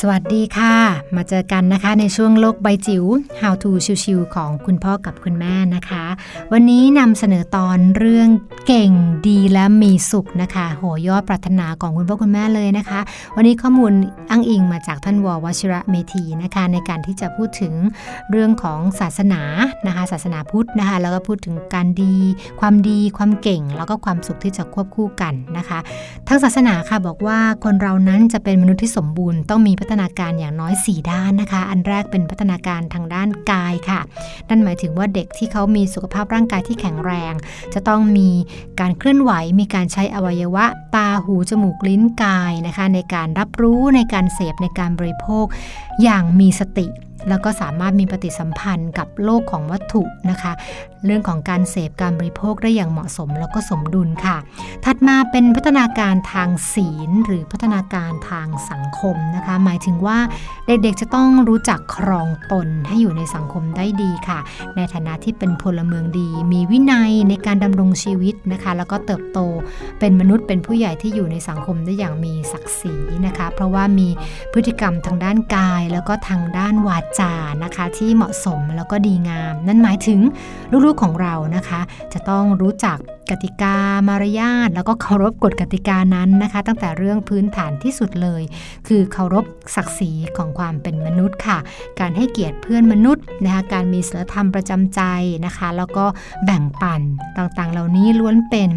Speaker 9: สวัสดีค่ะ มาเจอกันนะคะในช่วงโลกใบจิ๋ว How to ชิวๆของคุณพ่อกับคุณแม่นะคะ วันนี้นำเสนอตอนเรื่องเก่งดีและมีสุขนะคะ โหยอดปรารถนาของคุณพ่อคุณแม่เลยนะคะ วันนี้ข้อมูลอ้างอิงมาจากท่านววชิระเมธีนะคะ ในการที่จะพูดถึงเรื่องของศาสนานะคะ ศาสนาพุทธนะคะ แล้วก็พูดถึงการดี ความดีความเก่ง แล้วก็ความสุขที่จะควบคู่กันนะคะ ทางศาสนาค่ะบอกว่าคนเรานั้นจะเป็นมนุษย์ที่สมบูรณ์ต้องมีพัฒนาการอย่างน้อย 4 ด้านนะคะ อันแรกเป็นพัฒนาการทางด้านกายค่ะ นั่นหมายถึงว่าเด็กที่เขามีสุขภาพร่างกายที่แข็งแรง จะต้องมีการเคลื่อนไหว มีการใช้อวัยวะ ตาหูจมูกลิ้นกายนะคะ ในการรับรู้ในการเสพในการบริโภค อย่างมีสติ แล้วก็สามารถมีปฏิสัมพันธ์กับโลกของวัตถุนะคะ เรื่องของการเสพการบริโภคได้อย่างเหมาะสมแล้วก็สมดุลค่ะ ถัดมาเป็นพัฒนาการทางศีล หรือพัฒนาการทางสังคมนะคะ หมายถึงว่าเด็กๆจะต้องรู้จักครองตนให้อยู่ในสังคมได้ดีค่ะ ในฐานะที่เป็นพลเมืองดี มีวินัยในการดำรงชีวิตนะคะ แล้วก็เติบโตเป็นมนุษย์เป็นผู้ใหญ่ที่อยู่ในสังคมได้อย่างมีศักดิ์ศรีนะคะ เพราะว่ามีพฤติกรรมทางด้านกาย แล้วก็ทางด้านวาจานะคะ ที่เหมาะสมแล้วก็ดีงาม นั่นหมายถึง ลูกๆ ของเรานะคะ จะต้องรู้จักกติกามารยาทแล้วก็เคารพกฎกติกานั้นนะคะ ตั้งแต่เรื่องพื้นฐานที่สุดเลย คือเคารพศักดิ์ศรีของความเป็นมนุษย์ค่ะ การให้เกียรติเพื่อนมนุษย์นะคะการมีศีลธรรมประจำใจนะคะ แล้วก็แบ่งปันต่างๆ เหล่านี้ล้วนเป็น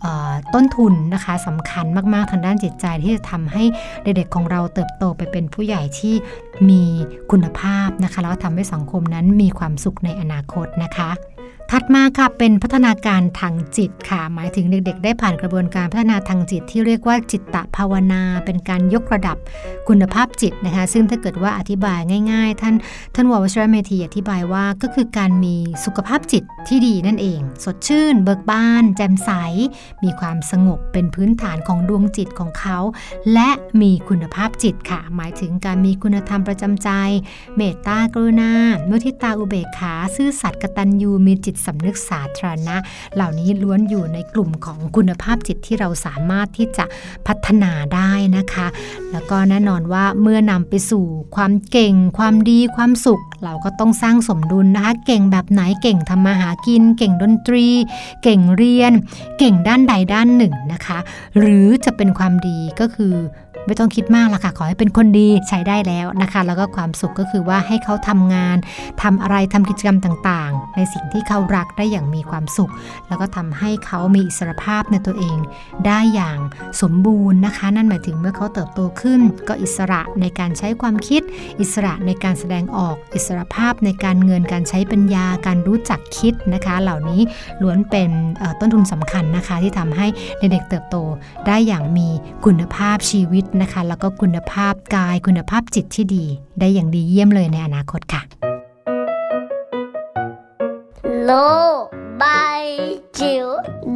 Speaker 9: เอ่อต้นทุนนะคะสำคัญมากๆทางด้านจิตใจที่จะทำให้เด็กๆของเราเติบโตไปเป็นผู้ใหญ่ที่มีคุณภาพนะคะ แล้วก็ทำให้สังคมนั้นมีความสุขในอนาคตนะคะ ถัดมาค่ะเป็นพัฒนาการทางจิตค่ะ หมายถึงเด็ก ๆ ได้ผ่านกระบวนการพัฒนาทางจิต ที่เรียกว่าจิตตภาวนา เป็นการยกระดับคุณภาพจิตนะคะ ซึ่งถ้าเกิดว่าอธิบายง่าย ๆ ท่านท่านววชรเมธีอธิบายว่าก็คือการมีสุขภาพจิตที่ดีนั่นเอง สดชื่น เบิกบาน แจ่มใส มีความสงบเป็นพื้นฐานของดวงจิตของเขา และมีคุณภาพจิตค่ะ หมายถึงการมีคุณธรรมประจำใจ เมตตากรุณามุทิตาอุเบกขา ซื่อสัตย์กตัญญูมีจิตสำนึกสาธารณะ เหล่านี้ล้วนอยู่ในกลุ่มของคุณภาพจิตที่เราสามารถที่จะพัฒนาได้นะคะ แล้วก็แน่นอนว่าเมื่อนำไปสู่ความเก่ง ความดีความสุข เราก็ต้องสร้างสมดุลนะคะ เก่งแบบไหนเก่งทำมาหากิน เก่งดนตรี เก่งเรียน เก่งด้านใดด้านหนึ่งนะคะ หรือจะเป็นความดีก็คือ ไม่ต้องคิดมากละค่ะ ขอให้เป็นคนดีใช้ได้แล้วนะคะ แล้วก็ความสุขก็คือว่าให้เขาทำงานทำอะไรทำกิจกรรมต่างๆ ในสิ่งที่เขารักได้อย่างมีความสุข แล้วก็ทำให้เขามีอิสรภาพในตัวเอง ได้อย่างสมบูรณ์นะคะ นั่นหมายถึงเมื่อเขาเติบโตขึ้น ก็อิสระในการใช้ความคิด อิสระในการแสดงออกอิสรภาพในการเงินการใช้ปัญญาการรู้จักคิดนะคะ เหล่านี้ล้วนเป็นเอ่อต้นทุนสำคัญนะคะ ที่ทำให้เด็กๆเติบโตได้อย่างมีคุณภาพชีวิตนะคะ แล้วก็คุณภาพกายคุณภาพจิตที่ดี ได้อย่างดีเยี่ยมเลยในอนาคตค่ะ
Speaker 8: โลกใบจิ๋ว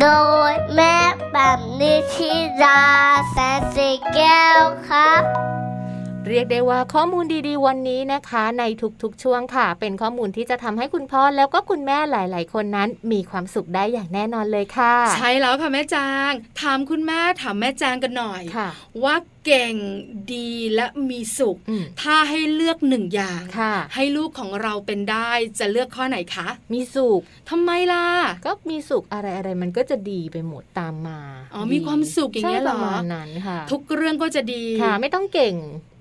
Speaker 8: โดยแม่แบบนิชิราแสนสีแก้วครับ
Speaker 10: เรียกได้ว่าข้อมูลดีๆ วันนี้นะคะ ในทุกๆช่วงค่ะ เป็นข้อมูลที่จะทำให้คุณพ่อแล้วก็คุณแม่หลาย ๆ คนนั้น มีความสุขได้อย่างแน่นอนเลยค่ะ
Speaker 3: ใช่แล้วค่ะแม่จางถามคุณแม่ถามแม่จางกันหน่อย
Speaker 10: ค่ะ
Speaker 3: ว่าเก่งดีและมีสุข
Speaker 10: อืม
Speaker 3: ถ้าให้เลือกหนึ่งอย่าง
Speaker 10: ค่ะ
Speaker 3: ให้ลูกของเราเป็นได้จะเลือกข้อไหนคะ
Speaker 10: มีสุข
Speaker 3: ทำไมล่ะ
Speaker 10: ก็มีสุขอะไรอะไรๆมันก็จะดีไปหมดตามมา
Speaker 3: อ๋อมีความสุขอย่างเงี้ยเหรอ
Speaker 10: ใช่ประมาณนั้นค่ะ
Speaker 3: ทุกเรื่องก็จะดี
Speaker 10: ค่ะ ไม่ต้องเก่ง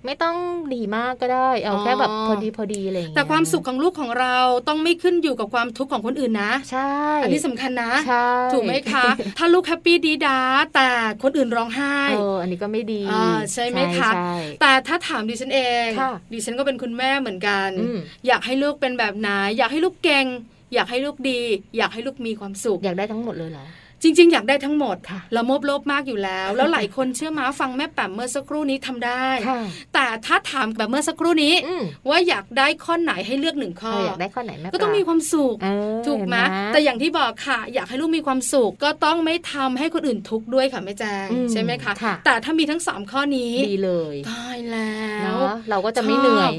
Speaker 10: ไม่ต้องดีมากก็ได้ เอาแค่แบบพอดีพอดีอะไรอย่างเงี้ย
Speaker 3: แต่ความสุขของลูกของเราต้องไม่ขึ้นอยู่กับความทุกข์ของคนอื่นนะ
Speaker 10: ใช่
Speaker 3: อั
Speaker 10: น
Speaker 3: นนี้สำคัญนะ
Speaker 10: ใช่
Speaker 3: ถูกไหมคะ ถ้าลูกแฮปปี้ดีดาแต่คนอื่นร้องไห้
Speaker 10: เอออันนี้ก็ไม่ดี
Speaker 3: อ่าใช่ไหมคะ
Speaker 10: ใช่
Speaker 3: แต่ถ้าถามดิฉันเอง
Speaker 10: ค่ะ
Speaker 3: ดิฉันก็เป็นคุณแม่เหมือนกัน
Speaker 10: อืม
Speaker 3: อยากให้ลูกเป็นแบบไหนอยากให้ลูกเก่ง อยากให้ลูกดี อยากให้ลูกมีความสุข
Speaker 10: อยากได้ทั้งหมดเลยเหรอ
Speaker 3: จริง ๆ อยากได้ทั้งหมด
Speaker 10: ค่ะ
Speaker 3: เราโมบโลภมากอยู่แล้ว แล้วหลายคนเชื่อมาฟังแม่แป๋มเมื่อสักครู่นี้ทำได้
Speaker 10: ค่ะ
Speaker 3: แต่ถ้าถามแบบเมื่อสักครู่นี้
Speaker 10: อืม
Speaker 3: ว่าอยากได้ข้อไหนให้เลือกหนึ่งข้อ
Speaker 10: เออ
Speaker 3: อย
Speaker 10: อากได้ข้อไหนแม่
Speaker 3: ก็ต้องมีความสุข
Speaker 10: เออ
Speaker 3: ถูกไหม
Speaker 10: นะ
Speaker 3: แต่อย่างที่บอกค่ะ อยากให้ลูกมีความสุข ก็ต้องไม่ทำให้คนอื่นทุกข์ด้วยค่ะแม่แจง
Speaker 10: อืม
Speaker 3: ใช่ไหมคะ
Speaker 10: ค่ะ
Speaker 3: แต่ถ้ามีทั้งสามข้อนี้
Speaker 10: ดีเลย
Speaker 3: ตายแล้ว
Speaker 10: เนาะเราก็จะไม่เหนื่อย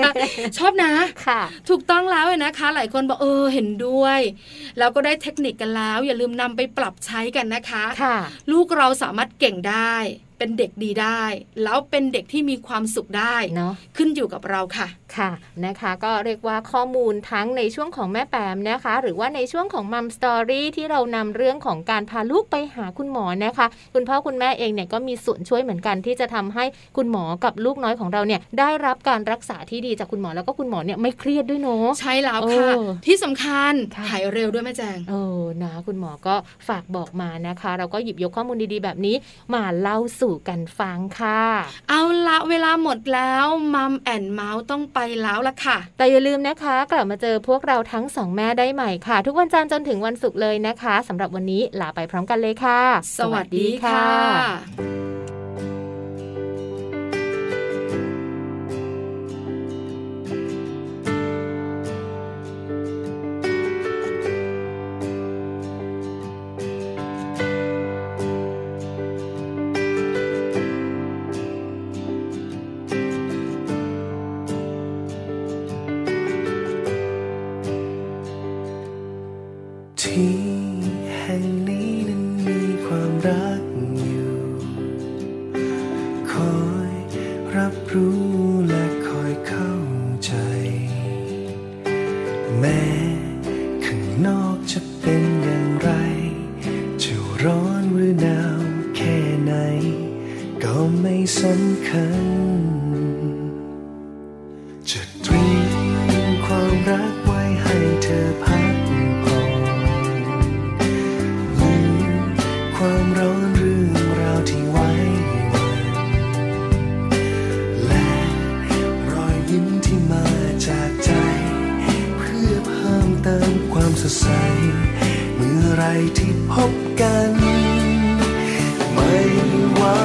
Speaker 3: ชอบนะ
Speaker 10: ค่ะ
Speaker 3: ถูกต้องแล้วนะคะ หลายคนบอกเออเห็นด้วยแล้วก็ได้เทคนิคกันแล้ว อย่าลืมนำไปปรับใช้กันนะคะ
Speaker 10: ค่ะ
Speaker 3: ลูกเราสามารถเก่งได้ เป็นเด็กดีได้ แล้วเป็นเด็กที่มีความสุขได้
Speaker 10: เนาะ
Speaker 3: ขึ้นอยู่กับเราค่ะ
Speaker 10: ค่ะนะคะก็เรียกว่าข้อมูลทั้งในช่วงของแม่แปมนะคะ หรือว่าในช่วงของมัมสตอรี่ที่เรานำเรื่องของการพาลูกไปหาคุณหมอนะคะ คุณพ่อคุณแม่เองเนี่ยก็มีส่วนช่วยเหมือนกันที่จะทำให้คุณหมอกับลูกน้อยของเราเนี่ยได้รับการรักษาที่ดีจากคุณหมอแล้วก็คุณหมอเนี่ยไม่เครียดด้วยเนาะ
Speaker 3: ใช่แล้วค่ะ
Speaker 10: เออ
Speaker 3: ที่สำคัญ
Speaker 10: ค่ะ
Speaker 3: หายเร็วด้วยแม่แจง
Speaker 10: เออนะคุณหมอก็ฝากบอกมานะคะ เราก็หยิบยกข้อมูลดีๆ แบบนี้มาเล่าสู่กันฟังค่ะ
Speaker 3: เอาละเวลาหมดแล้วมัมแอนเมาส์ต้องไปแล้วละค่ะ
Speaker 10: แต่อย่าลืมนะคะ กลับมาเจอพวกเราทั้งสองแม่ได้ใหม่ค่ะ ทุกวันจันทร์จนถึงวันศุกร์เลยนะคะสำหรับวันนี้ลาไปพร้อมกันเลยค่ะ
Speaker 3: สวัสดีค่ะ
Speaker 5: ที่แห่งนี้นั้นมีความรักอยู่ คอยรับรู้และคอยเข้าใจ แม้ข้างนอกจะเป็นอย่างไร จะร้อนหรือหนาวแค่ไหน ก็ไม่สำคัญ จะเตรียมความรักไว้ให้เธอพักผ่อนลืมความร้อนเรื่องราวที่ไว้วันและรอยยิ้มที่มาจากใจ เพื่อเพิ่มเติมความสดใส เมื่อไรที่พบกัน ไม่ว่า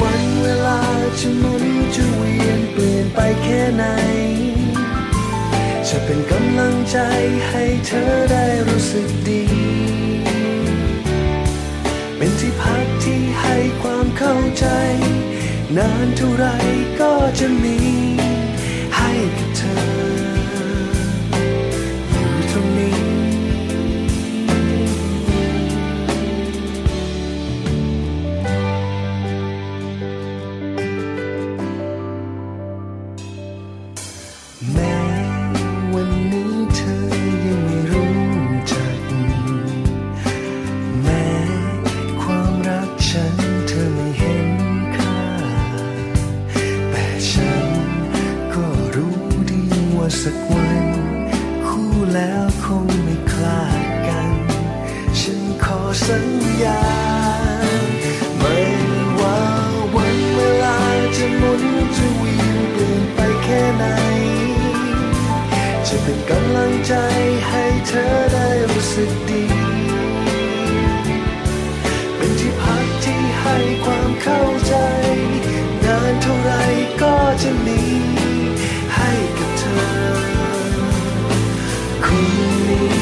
Speaker 5: วันเวลาจะหมุนจะเวียนเปลี่ยนไปแค่ไหน จะเป็นกำลังใจให้เธอได้รู้สึกดี เป็นที่พักที่ให้ความเข้าใจ นานเท่าไรก็จะมี ให้กับเธอ อยู่ตรงนี้ แม้วันนี้เธอยังไม่รู้จัก แม้ความรักฉันเธอไม่เห็นค่า แต่ฉันก็รู้ดีว่าสักวัน คู่แล้วคงไม่คลาดกัน ฉันขอสัญญา ไม่ว่าวันเวลาจะหมุนจะเวียนเปลี่ยนไปแค่ไหน จะเป็นกำลังใจให้เธอได้รู้สึกดี เป็นที่พักที่ให้ความเข้าใจ นานเท่าไรก็จะมีให้กับเธอคนนี้
Speaker 11: อ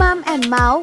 Speaker 6: มัมแอนเมาส์